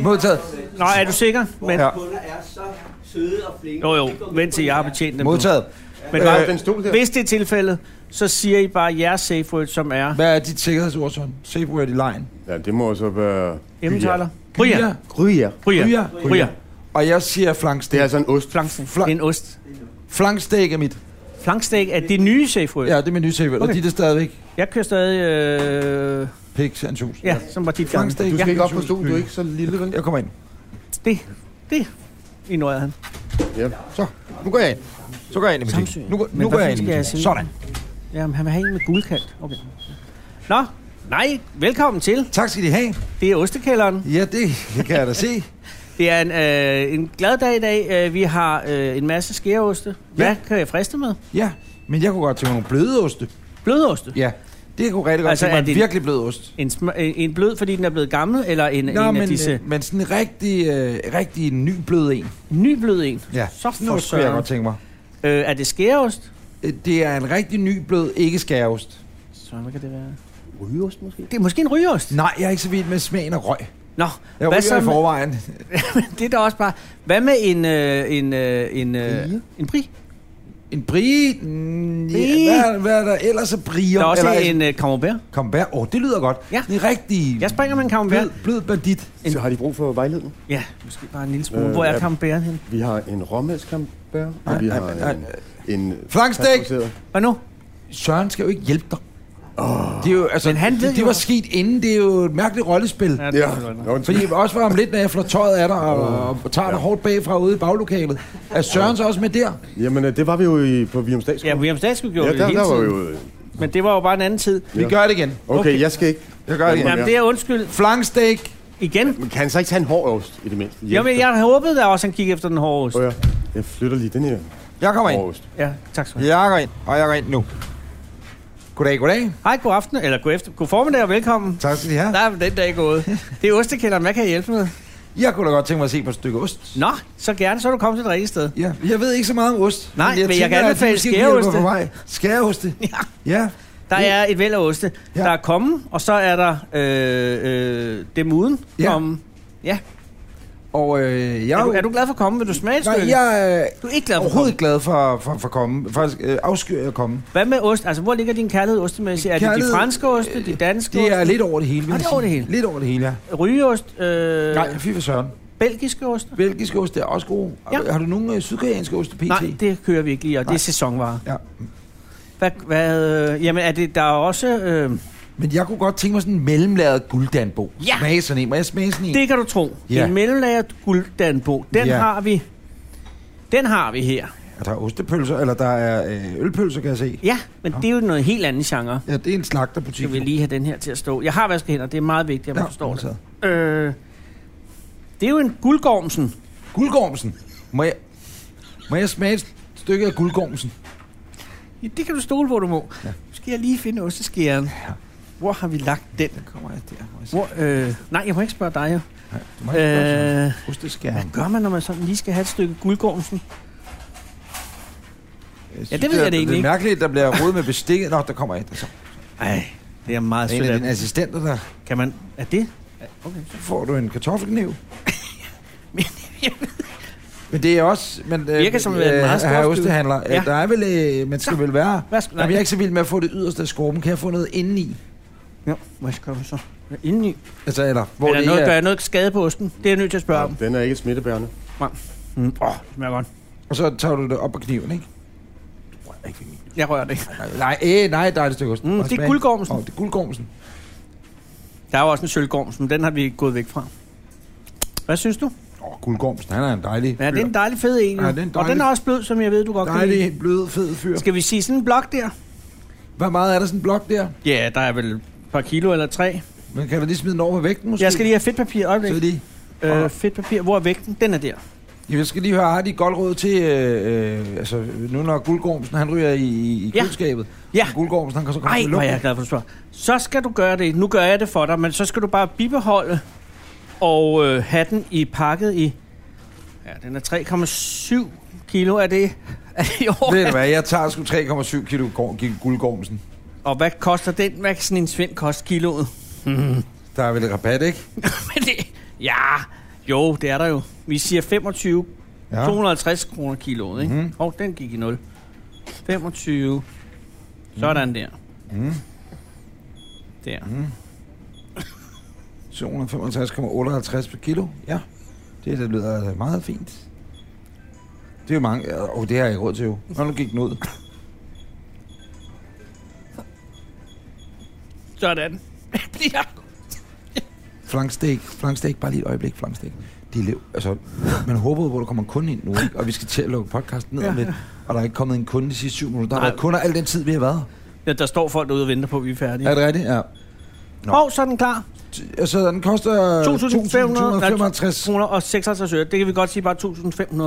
B: modtaget.
C: nå, er du sikker? Men,
B: Ja.
E: Kunder er så søde og flinke.
C: Jo, jo, vent til jeg har betjent dem. nu.
B: Modtaget.
C: Men
F: Øh,
C: bare,
F: den stol der.
C: hvis det er tilfældet, så siger I bare jeres safe word, som er
B: Hvad er dit sikkerhedsord, Søren? Safe word i lejen.
F: Ja, det må så være...
C: emmentaler. Gryer.
F: Gryer.
C: Gryer.
B: Gryer.
C: Gryer.
B: Og jeg siger
F: Det
B: flankstek.
F: er altså en ost.
C: Flanken.
B: Flank-
C: En ost.
B: Flankstek er mit.
C: Flankstek er det nye safe word.
B: Ja, det er min nye safe word.
C: Okay.
B: Og dit er stadigvæk
C: Jeg kører stadig... Øh,
B: pigs and shoes.
C: ja, som var dit gang.
B: Flankstek.
F: Du skal
B: Ja.
F: ikke op på stolen, du er ikke så lille, vel?
B: Jeg kommer ind.
C: Det, det ignorerede han.
F: Ja.
B: Så, nu går jeg ind. Så går jeg ind i mit
C: Samsø.
B: Nu, går-
C: Men
B: nu går
C: hvad
B: jeg
C: fanden
B: ind i
C: skal jeg
B: mit
C: sige?
B: Sådan.
C: Jamen, han vil have en med guldkant. Okay. Nå, nej, velkommen til.
B: Tak skal I have.
C: Det er Ostekælderen.
B: Ja, det kan jeg da se.
C: Det er en, øh, en glad dag i dag. Øh, Vi har øh, en masse skæreoste. Hvad ja.
B: Ja.
C: kan jeg friste med?
B: Ja, men jeg kunne godt tænke mig nogle bløde oste.
C: Blødoste.
B: Ja, det kunne jeg rigtig godt altså,
C: Altså, er
B: tænke mig.
C: det-
B: En virkelig blød ost.
C: En, sm- en en blød, fordi den er blevet gammel, eller en,
B: Nå,
C: en af
B: men,
C: disse
B: øh, men sådan en rigtig, øh, rigtig ny blød en.
C: ny blød en.
B: Ja,
C: Så
B: sådan
C: for
B: noget skulle jeg
C: søren.
B: godt tænke mig.
C: Øh, er det skæreost?
B: Øh, Det er en rigtig ny blød, ikke skæreost.
C: Søren, hvad kan det være?
F: Rygeost måske?
C: Det er måske en rygeost.
B: Nej, jeg er ikke så vild med smagen af røg.
C: Nå,
B: Jeg
C: hvad så
B: ryger i
C: med,
B: forvejen.
C: det er da også bare... Hvad med en... Øh, en, øh, en, øh,
F: Brie?
C: en brie?
B: En brie? Mm,
C: Brie.
B: ja, hvad, hvad er der ellers af brier?
C: Der er også
B: Eller
C: en øh, camembert.
B: Kom bær. Åh, oh, det lyder godt.
C: Ja.
B: En rigtig
C: Jeg springer med en camembert.
B: blød, blød bandit.
F: Så har de brug for vejledning.
C: Ja, måske bare en lille smule.
F: Øh,
C: Hvor er
F: ja.
C: camembert henne?
F: Vi har en råmælskamper, og vi har en... en
B: Flankstek!
F: kasteriseret-
C: Hvad nu?
B: Søren skal jo ikke hjælpe dig. Oh. Det er jo, altså,
C: Men han ved
B: det, det
C: jo-
B: var sket inden. Det er jo et mærkeligt rollespil. Ja.
F: Ja, Nå,
B: Fordi jeg også var om lidt, når jeg flår tøjet af dig og, og tager dig hårdt bagfra ude i baglokalet. Er Søren så også med der?
F: Jamen, øh, det var vi jo i, på Viumstads.
C: Ja, William Statskud gjorde
F: ja,
C: ja, det
F: der,
C: hele
F: der var
C: tiden.
F: jo...
C: Men det var jo bare en anden tid.
B: Vi gør det igen.
F: Okay, okay, jeg skal ikke...
B: Jeg gør det igen.
C: Jamen, det er undskyld.
B: Flanksteak.
C: Igen.
F: Men kan han så ikke tage en hård ost, i det mindste?
C: Jamen, jeg havde håbet da også, han kiggede efter den hårde ost.
F: Åh, ja. Jeg flytter lige den her
B: Jeg kommer ind.
F: hårde ost.
C: Ja, tak skal du have.
B: Jeg går ind, og jeg går ind nu. Goddag, goddag.
C: Hej, god aften, eller god, efter, god formiddag og velkommen.
B: Tak skal I have.
C: Der er den dag gået. Det er ostekælderen, hvad kan jeg hjælpe med?
B: Jeg kunne da godt tænke mig at se på et stykke ost.
C: Nå, så gerne, så er du kommet til et rigtigt sted.
B: Ja, jeg ved ikke så meget om ost.
C: Nej, men jeg
B: tænker,
C: kan
B: at de
C: anbefale
B: måske hjælper
C: skæreoste.
B: på vej. Skæreoste?
C: (laughs) Ja.
B: Ja.
C: Der
B: Det-
C: er et væld af oste.
B: Ja.
C: Ja. Der er kommen, og så er der øh, øh, dem uden.
B: Ja.
C: Som, ja.
B: Og øh, jeg
C: Er, du,
B: jo-
C: er du glad for kommen? Vil du smage et
B: Nej,
C: stykke?
B: jeg er øh,
C: Du er ikke glad for
B: overhovedet
C: kommen.
B: ikke glad for, for, for komme. Faktisk øh, afskyr jeg at komme.
C: Hvad med ost? Altså, hvor ligger din kærlighed ostemæssigt? Er det
B: Kærlighed, øh,
C: de franske oste, de danske
B: Det er
C: oste,
B: lidt over det hele, vil
C: Ah,
B: jeg
C: det er over
B: sige.
C: det hele.
B: Lidt over det hele, ja.
C: rygeost, øh,
B: Nej, fy for søren.
C: belgiske oste?
B: Belgiske ost er også gode.
C: Ja.
B: Har du nogen øh, sydkoreanske oste pt?
C: Nej, det kører vi ikke lige, og det
B: Nej.
C: er sæsonvarer.
B: Ja.
C: Hvad, hvad, øh, jamen, er det, der er også... Øh,
B: Men jeg kunne godt tænke mig sådan en mellemlaget gulddanbo.
C: Ja.
B: Smage sådan en. Må jeg smage sådan en?
C: det kan du tro.
B: Ja.
C: Ja. En mellemlagret gulddanbo, den
B: Ja.
C: ja. har vi... Den har vi her.
B: Er Der er ostepølser, eller der er øh, ølpølser, kan jeg se.
C: Ja, men
B: Nå.
C: det er jo noget helt andet genre.
B: Ja, det er en slagterbutik.
C: Jeg vil lige have den her til at stå. Jeg har vasket hænder, det er meget vigtigt, at man
B: Ja,
C: ja, forstår det.
B: modtaget.
C: Øh, det er jo en guldgormsen.
B: Guldgormsen. Må jeg, må jeg smage et stykke af guldgormsen?
C: Ja, det kan du stole på, du må. Ja. Nu skal jeg lige finde osteskæren. Ja. Hvor har vi lagt den?
B: Kommer jeg der? Må jeg se?
C: Hvor, øh, nej, jeg må ikke spørge dig, jo.
B: Du må ikke spørge,
C: Øh,
B: Søren. Osteskærm.
C: gør man, når man sådan lige skal have et stykke guldgormsen?
B: synes,
C: det ved jeg det egentlig
B: Øh, Det
C: ikke.
B: er mærkeligt, der bliver rodet med bestikket. Nå, der kommer et. Der så.
C: Ej, det er meget
B: En af
C: sødt.
B: altså-
C: af
B: dine
C: dem.
B: assistenter, der
C: Kan man... Er det? Okay.
B: får du en
C: (laughs)
B: kartoffelkniv.
C: Men
B: Men det er også... Men, øh,
C: Virker som en meget stor
B: her
C: skud.
B: ostehandler. Ja.
C: Ja.
B: Der er vel... Øh, man skal
C: Nå.
B: vel være...
C: Hvad skal,
B: Jamen, jeg er ikke så vild med at få det yderste af skorpen. Kan jeg få noget indeni?
C: Jo, hvad skal vi så? Hvad er Indeni.
B: Altså, eller... Hvor
C: Hvor er der
B: det
C: noget,
B: er,
C: gør jeg noget skade på osten? Det er jeg nødt til at spørge
F: Ja,
C: om.
F: den er ikke smittebærende.
C: Åh, mm. oh, det smager godt.
B: Og så tager du det op på kniven, ikke? Du rører ikke ved min.
C: Jeg rører det.
B: Nej, øh, nej, der er det stykke ost.
C: Mm,
B: Bare
C: det er
B: smag.
C: guldgormsen.
B: Åh, det er guldgormsen.
C: Der er jo også en sølvgorms, men den har vi gået væk fra. Hvad synes du?
B: Åh, guldgormsen, han er en dejlig
C: Ja, det er en dejlig fed en. jo.
B: Ja, det er en
C: Og
B: dejlig-
C: den er også blød, som jeg ved, du godt kan lide.
B: dejlig, blød, fed fyr.
C: Skal vi sige sådan en blok der?
B: Hvor meget er der sådan en blok der?
C: Ja, der er vel et par kilo eller tre.
B: Man kan da lige smide den over på vægten, måske?
C: Jeg skal lige have fedtpapir.
B: Så er
C: Øjeblik.
B: de,
C: Øh, fedtpapir. Hvor er vægten? Den er der.
B: Jamen, jeg skal lige høre, har de et godt råd til, øh, øh, altså nu når Guldgormsen, han ryger i, i
C: Ja.
B: køleskabet.
C: Ja.
B: Guldgormsen, han kan så komme
C: Ej,
B: til
C: hvor er
B: lugt.
C: jeg glad for, at du spørger. Så skal du gøre det. Nu gør jeg det for dig, men så skal du bare bibeholde og øh, have den i pakket i... Ja, den er 3,7 kilo. Er det, er det i
B: Ved du
C: år?
B: hvad, jeg tager sgu 3,7 kilo gor- gi- Guldgormsen.
C: Og hvad koster den? Hvad kan sådan en svind koste kiloet?
B: Der er vel et rabat, ikke?
C: Men det, ja, jo, det er der jo. Vi siger 25, ja.
B: Ja.
C: 250 kroner kiloet, ikke? Mm. Og den gik i 0. 25. Sådan der.
B: Mm.
C: Der.
B: 255,58 per kilo. Ja, det, det lyder meget fint. Det er jo mange... Åh, oh, det har jeg ikke råd til jo. Nå, nu gik den ud.
C: Sådan. Bliver
B: Flankstek, flankstek, bare lige et øjeblik, flankstek. De lev, altså, man håber jo på, at der kommer en kunde ind nu, ikke? og vi skal til at lukke podcasten ned om lidt, og der er ikke kommet en kunde de sidste syv minutter. Der har
C: Nej.
B: været kunder al den tid, vi har været.
C: Ja, der står folk derude og venter på, at vi er færdige.
B: Er det rigtigt? Ja. Nå.
C: Og så er den klar.
B: T- Altså, den koster 2.255.
C: 2.555 kroner og 56 øre. Det kan vi godt sige bare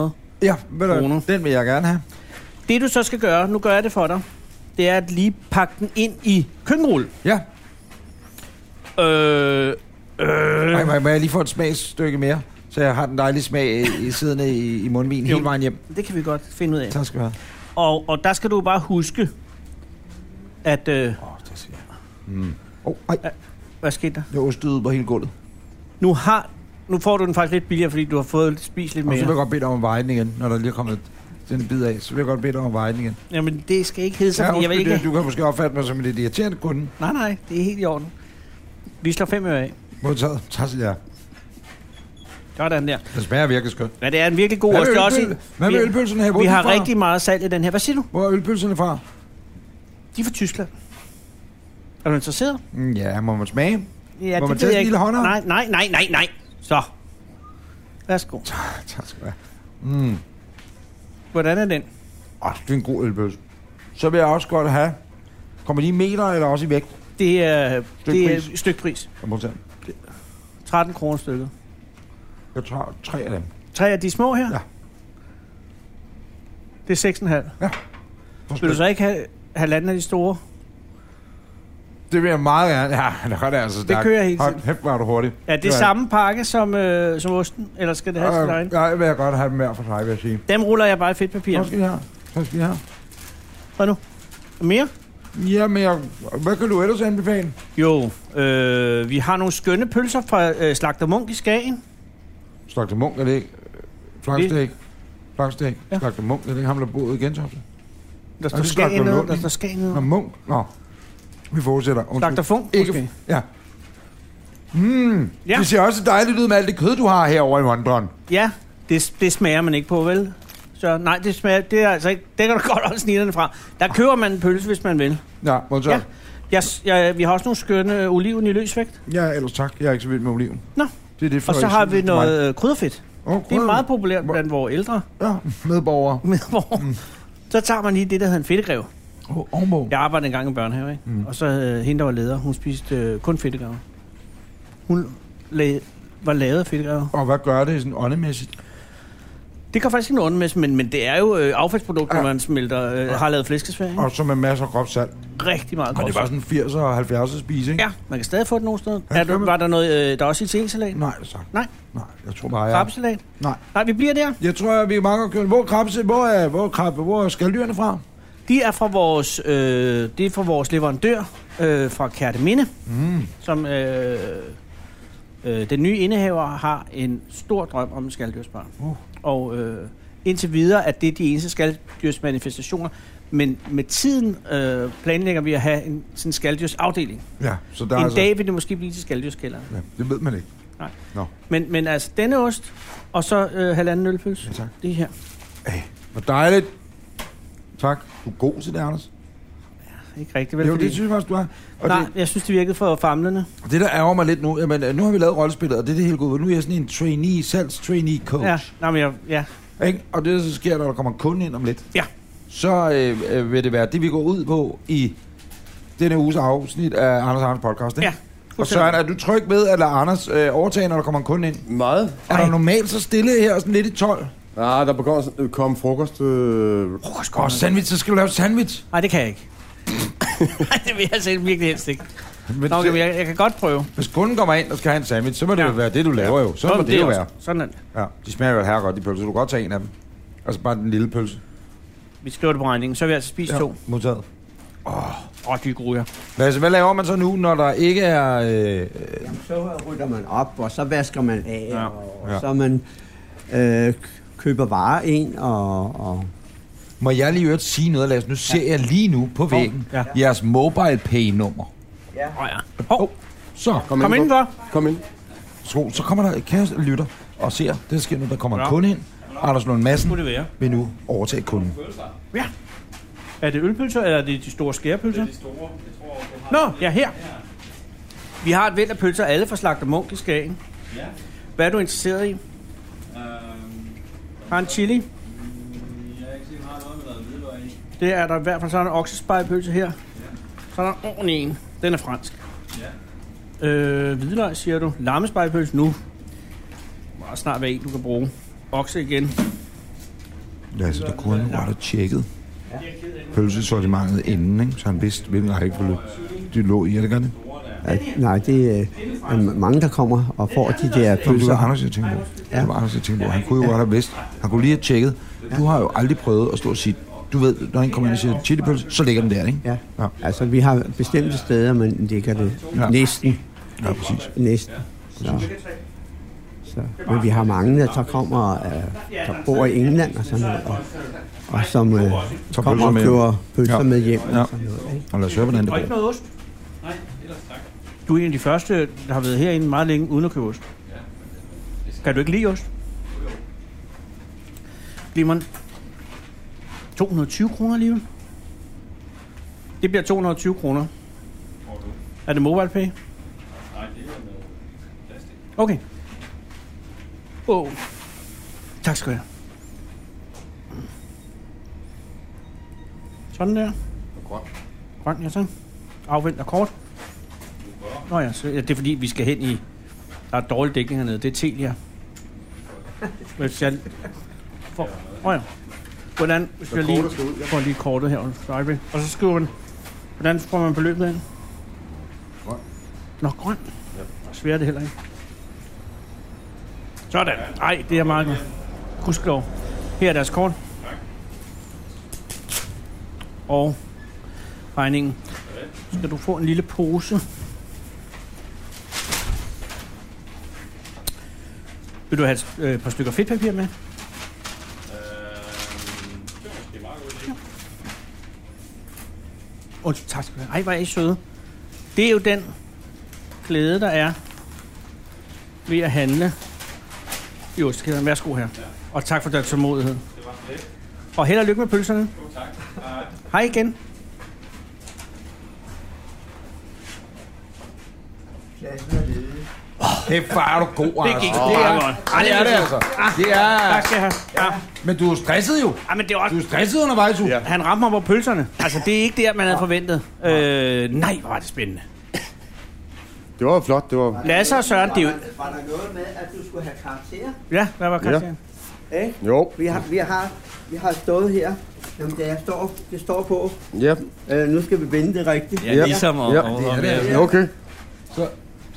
C: 2.500.
B: Ja, ved
C: kroner.
B: du, den vil jeg gerne have.
C: Det du så skal gøre, nu gør jeg det for dig, det er at lige pakke den ind i køkkenrulle.
B: Ja,
C: Øh,
B: Ej,
C: øh.
B: må, må jeg lige få et smagsstykke mere, så jeg har den dejlige smag i, i siddende i, i mundvin
C: Jo.
B: hele vejen hjem.
C: Det kan vi godt finde ud af.
B: Tak skal du have.
C: Og, og der skal du bare huske, at øh,
B: Åh, det siger jeg. Oh, ej,
C: Hvad skete der?
B: jeg ostede ud på hele gulvet.
C: Nu, har, nu får du den faktisk lidt billigere, fordi du har fået spist lidt
B: Og så vil jeg
C: mere.
B: godt bede dig om vejen igen, når der lige er kommet den bid af. Så vil jeg godt bede dig om vejen igen.
C: Jamen, det skal ikke hedde sig, fordi jeg vil
B: undskyld,
C: ikke...
B: det- Du kan måske opfatte mig som en lidt irriterende kunde.
C: Nej, nej, det er helt i orden. Vi slår fem øre af.
B: Modtaget. Tak skal jeg.
C: Sådan der.
B: Det smager virkelig skønt.
C: Ja, det er en virkelig god ost. Det er også en,
B: Hvad med
C: vi-
B: ølpølserne her? Hvor
C: vi
B: er de
C: har
B: fra?
C: rigtig meget salg i den her. Hvad siger du?
B: Hvor er ølpølserne fra?
C: De er fra Tyskland. Er du interesseret?
B: Mm, ja, må man smage? (laughs)
C: Ja,
B: Må man tage sådan en lille hånd op?
C: Nej, nej, nej, nej, nej. Så. Værsgo.
B: tak skal du have. Mm.
C: Hvordan er den?
B: Oh, det er en god ølpølse. Så vil jeg også godt have... Kommer de i meter eller også i vægt?
C: Det er, det er
B: Stykpris.
C: et stykpris.
B: Jeg, må tage.
C: 13 kroner stykket.
B: jeg tager tre af dem.
C: Tre af de små her?
B: Ja.
C: Det er 6,5. Vil du så ikke have halvanden af de store?
B: Det vil jeg meget gerne. Ja, det er det altså stærkt.
C: kører hele
B: Hold
C: tiden.
B: Hæft, hvor er du hurtig.
C: Er det
B: er-
C: samme pakke som, øh, som osten? Eller skal det have sin
B: Øh,
C: egen?
B: nej, jeg vil jeg godt have dem hver for sig, vil jeg sige.
C: Dem ruller jeg bare i fedtpapir.
B: Hvad skal de her? Hvad skal de her?
C: Hvad nu? Mere?
B: Jamen, jeg, hvad kan du ellers anbefale?
C: Jo, øh, vi har nogle skønne pølser fra øh, Slagter Munk i Skagen.
B: Slagte munk, er det ikke? Øh, Flanksteg. Flanksteg.
C: Ja.
B: Ja. Slagte munk, er det ikke ham, der boede i Gentofte?
C: Der står
B: det
C: Skagen
B: Slagter
C: nede.
B: Munk,
C: Der
B: ikke?
C: står Skagen
B: Nå,
C: nede.
B: munk. Nå, vi fortsætter.
C: Slagter Funk
B: Ikke,
C: måske.
B: ja. Mm,
C: Ja.
B: ja. Det ser også dejligt ud med alt det kød, du har herovre i Wondron.
C: Ja, det, det smager man ikke på, vel? Så nej, det smager, det er altså ikke, det kan du godt holde snitterne fra. Der køber man en pølse, hvis man vil.
B: Ja, modtaget.
C: Ja. Jeg, jeg, vi har også nogle skønne øh, oliven i løsvægt.
B: Ja. ja, ellers tak. Jeg er ikke så vild med oliven.
C: Nå.
B: Det er det,
C: Og så
B: Frederiksen
C: har vi
B: synes, det er meget-
C: noget øh, krydderfedt.
B: Åh,
C: Det er
B: krydder.
C: meget populært blandt vores
B: (laughs)
C: ældre
B: Ja, medborgere.
C: medborgere. Så tager man lige det, der hedder en fedtegrev.
B: Oh, Ormo. Ja.
C: Jeg arbejdede engang i børnehave, ikke? Mm. Og så øh, hende, der var leder, hun spiste øh, kun fedtegrever. Hun la- var lavet af fedtegrever.
B: Og hvad gør det sådan åndemæssigt?
C: Det kan faktisk ikke noget med, men, men det er jo øh, affaldsprodukter,
B: Ja.
C: når man smelter, øh, har lavet flæskesvær, ikke?
B: Og så med masser af groft salt.
C: Rigtig meget
B: Og det
C: godt.
B: var sådan 80'er og 70'er spise, ikke?
C: Ja, man kan stadig få det nogle steder.
B: Ja,
C: Er du,
B: kan man. Mm.
C: var der noget, øh, der er også italiensalat?
B: Nej, så.
C: Nej.
B: Nej, jeg tror bare, jeg...
C: Krabbesalat?
B: Nej.
C: Nej, vi bliver der.
B: Jeg tror, at vi er mange gange kørt. Hvor er krabse? Hvor er, hvor er krabbe? Hvor er skaldyrene fra?
C: De er fra vores, øh, det er fra vores leverandør øh, fra Kærteminde,
B: Mm.
C: som øh, øh, den nye indehaver har en stor drøm om en skaldyrsbarn.
B: Uh.
C: Og øh, indtil videre er det de eneste skaldyrsmanifestationer, men med tiden øh, planlægger vi at have en sådan en skaldyrsafdeling.
B: Ja, så der
C: En
B: er altså...
C: dag vil det måske blive til skaldyrskælderen.
B: Ja, det ved man ikke.
C: Men, men altså denne ost, og så øh, halvanden ølpølse.
B: Ja, tak.
C: Det her.
B: Hvor dejligt. Tak. Du er god til det, Anders.
C: Ikke rigtigt, vel?
B: Vel, jo,
C: fordi...
B: det synes jeg faktisk, du er. Og
C: Nej,
B: det,
C: jeg synes, det virkede for famlende.
B: det, der ærger mig lidt nu, jamen, øh, nu har vi lavet rollespillet, og det er det hele gode. Nu er jeg sådan en trainee,
C: Ja,
B: salgs-trainee-coach.
C: nej, men jeg, ja.
B: Ja. Ikke? Og det, der så sker, når der kommer en kunde ind om lidt,
C: Ja.
B: så øh, øh, vil det være det, vi går ud på i denne uges afsnit af Anders Anders podcast. Ikke?
C: Ja,
B: Og Søren, er du tryg ved at lade Anders øh, overtage, når der kommer en kunde ind?
F: Meget.
B: Er der normalt så stille her, sådan lidt i 12?
F: Ah, der begår, kom frokost. Øh,
B: Åh, oh, sandwich, så skal du lave sandwich.
C: Nej, det kan jeg ikke. (laughs) Nej, det vil jeg altså virkelig helst ikke.
B: Men
C: Nå, men
B: det,
C: jeg, jeg kan godt prøve.
B: hvis kunden kommer ind og skal have en sandwich, så må det
C: Ja.
B: jo være det, du laver jo. Så må det, jo
C: også-
B: være.
C: Sådan er det.
B: Ja, de smager jo her godt, de pølser. Du kan godt tage en af dem. Altså bare den lille pølse.
C: Vi skriver det på regningen, så vil jeg altså spise ja. to.
B: modtaget.
C: Åh, oh, de gruer.
B: Lasse, hvad laver man så nu, når der ikke er... Øh,
E: Jamen, så rydder man op, og så vasker man af,
C: Ja,
E: ja. og
B: ja.
E: så man øh, køber varer ind, og, og
B: må jeg lige i øvrigt sige noget, Lasse? Nu ser jeg lige nu på væggen
C: ja.
B: jeres mobile pay-nummer.
C: Åh oh, ja. Hov,
B: Så,
F: kom,
C: kom indenfor.
F: Kom ind.
B: så, så kommer der kære lytter og ser, det sker nu, der kommer
C: Ja.
B: en kunde ind. Anders Lund Madsen
C: Må det være.
B: vil nu overtage kunden.
C: Ja. Er det ølpølser, eller er det de store skærepølser? Det er de store. Jeg tror, Nå, ja, her. Vi har et væld af pølser, alle fra Slagter Munk i Skagen.
G: Ja.
C: Hvad er du interesseret i?
G: Øhm,
C: Har en chili?
G: jeg er ikke sikker, har noget med noget hvidløg i.
C: Det er der i hvert fald sådan en oksespejpølse her. Så er der en ordentlig en. Den er fransk. Ja. Øh, hvidløg, siger du. Lammespejpølse nu. Meget snart være en, du kan bruge. Okse igen.
B: Lasse, du kunne nu godt have tjekket pølsesortimentet inden, ikke? så han vidste, hvilken rækkefølge de lå i. Er det ikke det?
E: at, nej, det øh, er mange, der kommer og får
B: Nå,
E: de der
B: men det var
E: pølser.
B: Anders, jeg tænkte på. Det var Anders, jeg tænkte på. Han kunne jo godt have vidst. Han kunne lige have tjekket. Du har jo aldrig prøvet at stå og sige, du ved, når en kommer ind og siger chilipølse, så ligger den der, ikke?
E: Ja.
B: Ja.
E: ja. Altså, vi har bestemte steder, man ligger det.
B: Ja.
E: Ja. Næsten.
B: Ja, præcis.
E: Næsten. Så. Så. Men vi har mange, der så kommer, øh, der bor i England og sådan noget, og, og som øh,
B: Tager
E: kommer
B: pølser
E: og
B: med.
E: køber pølser
B: Ja.
E: ja. med hjem. Ja.
B: Ja.
E: Og sådan noget, ikke?
B: Og lad os høre, hvordan det
C: Og ikke
B: går.
C: noget ost.
G: Nej, ellers tak.
C: Du er en af de første, der har været herinde meget længe uden at købe ost.
G: øh,
C: Kan du ikke lide ost? Bliver man 220 kroner alligevel? Det bliver 220 kroner. Er det mobile pay?
G: Nej, det er med plastik.
C: Okay. Oh. Tak skal du have. Sådan der.
F: grøn.
C: Grøn, ja tak. Afventer kort. Nå ja, så, ja, det er fordi, vi skal hen i... Der er dårlig dækning hernede. Det er Telia. Hvis jeg... For, Nå ja. Hvordan... Hvis jeg lige får lige kortet her. et øjeblik. Og så skriver man... Hvordan får man beløbet ind?
F: Grøn.
C: Nå, grøn. Ja. Svært er det heller ikke. Sådan. Nej, det er meget godt. Gudskelov. Her er deres kort. Og regningen. Så Skal du få en lille pose? Vil du have et øh, par stykker fedtpapir med?
G: Øhm, det var måske meget godt.
C: Åh, tak skal du have. Ej, hvor er I søde. Det er jo den glæde, der er ved at handle i ostekæderne. Værsgo her. Og tak for din tålmodighed.
G: Det var lidt.
C: Og held og lykke med pølserne.
G: God tak. Hej.
C: Hej igen.
B: Kæft, hvor er du god, altså.
C: gik meget godt.
B: Ej, det er det, altså. Det er...
C: Tak skal I have. Ja.
B: Men du er stresset jo.
C: ja, men det er
B: Du
C: også...
B: er stresset undervejs, jo.
C: Han ramte mig på pølserne. Altså, det er ikke det, man havde forventet. Øh, nej, hvor var det spændende.
F: Det var jo flot, det var...
C: Lasse og Søren, det er jo...
E: Var der noget med, at du skulle have karakter?
C: Ja, hvad var Christian?
E: Ikke?
F: Jo,
E: Vi har, vi har, vi har stået her. Jamen, det, er, står, det står på.
F: ja,
E: Øh, nu skal vi vende det rigtigt.
F: Ja, ligesom og- Ja. og- ja okay.
B: Så-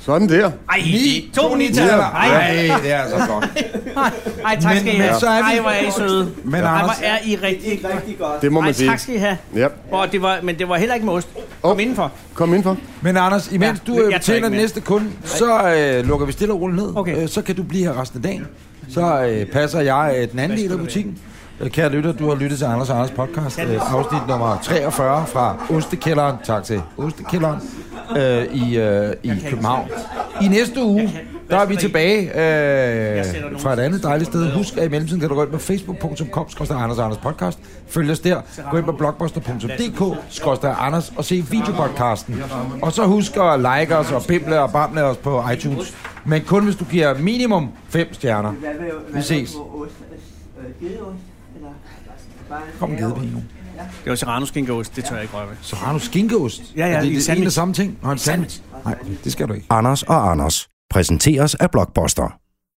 F: Sådan der.
C: Ej,
B: Ni-
C: to
B: Ja.
C: nitaller. Ej, ej,
B: Ej, det er altså godt.
C: ej, tak skal I
B: Men-
C: have.
B: men så er vi-
C: Ej, hvor er I søde.
B: Men
C: Ej,
B: Anders,
C: hvor er I rigtig...
E: Det er rigtig godt.
F: Det må
C: Ej,
F: man sige.
C: tak skal I have.
F: Ja,
C: Og det var, men det var heller ikke med ost. Kom
F: Åh.
C: indenfor.
F: kom indenfor.
B: men Anders, imens
C: Ja,
B: du
C: men jeg
B: øh,
C: tager
B: betjener
C: ikke
B: den
C: med.
B: næste kunde, så øh, lukker vi stille og roligt ned.
C: Okay.
B: Øh, så kan du blive her resten af dagen. Så øh, passer jeg øh, den anden del af butikken. Øh, Kære lytter, du har lyttet til Anders og Anders podcast, øh, afsnit nummer 43 fra Ostekælderen, tak til Ostekælderen, øh, i, øh, i København. I næste uge, der er vi tilbage øh, fra et andet dejligt sted. Husk, at i mellemtiden kan du gå ind på facebook.com, skrøster Anders og Anders podcast. Følg os der. Gå ind på blogbuster.dk, skrøster Anders, og se videopodcasten. Og så husk at like os og bimle og bamle os på iTunes. Men kun hvis du giver minimum 5 stjerner.
E: Hvad vil,
B: Vi
E: hvad
B: ses.
E: Gedeost? Eller bare en
B: Kom ned på nu.
C: Det var serrano skinkeost, det tør jeg ikke røve.
B: Serrano skinkeost.
C: Ja, ja,
B: er
C: i
B: det, det
C: sandwich.
B: en og samme ting? Nå, en sandwich. Nej, det skal du ikke.
A: Anders og Anders præsenteres af Blockbuster.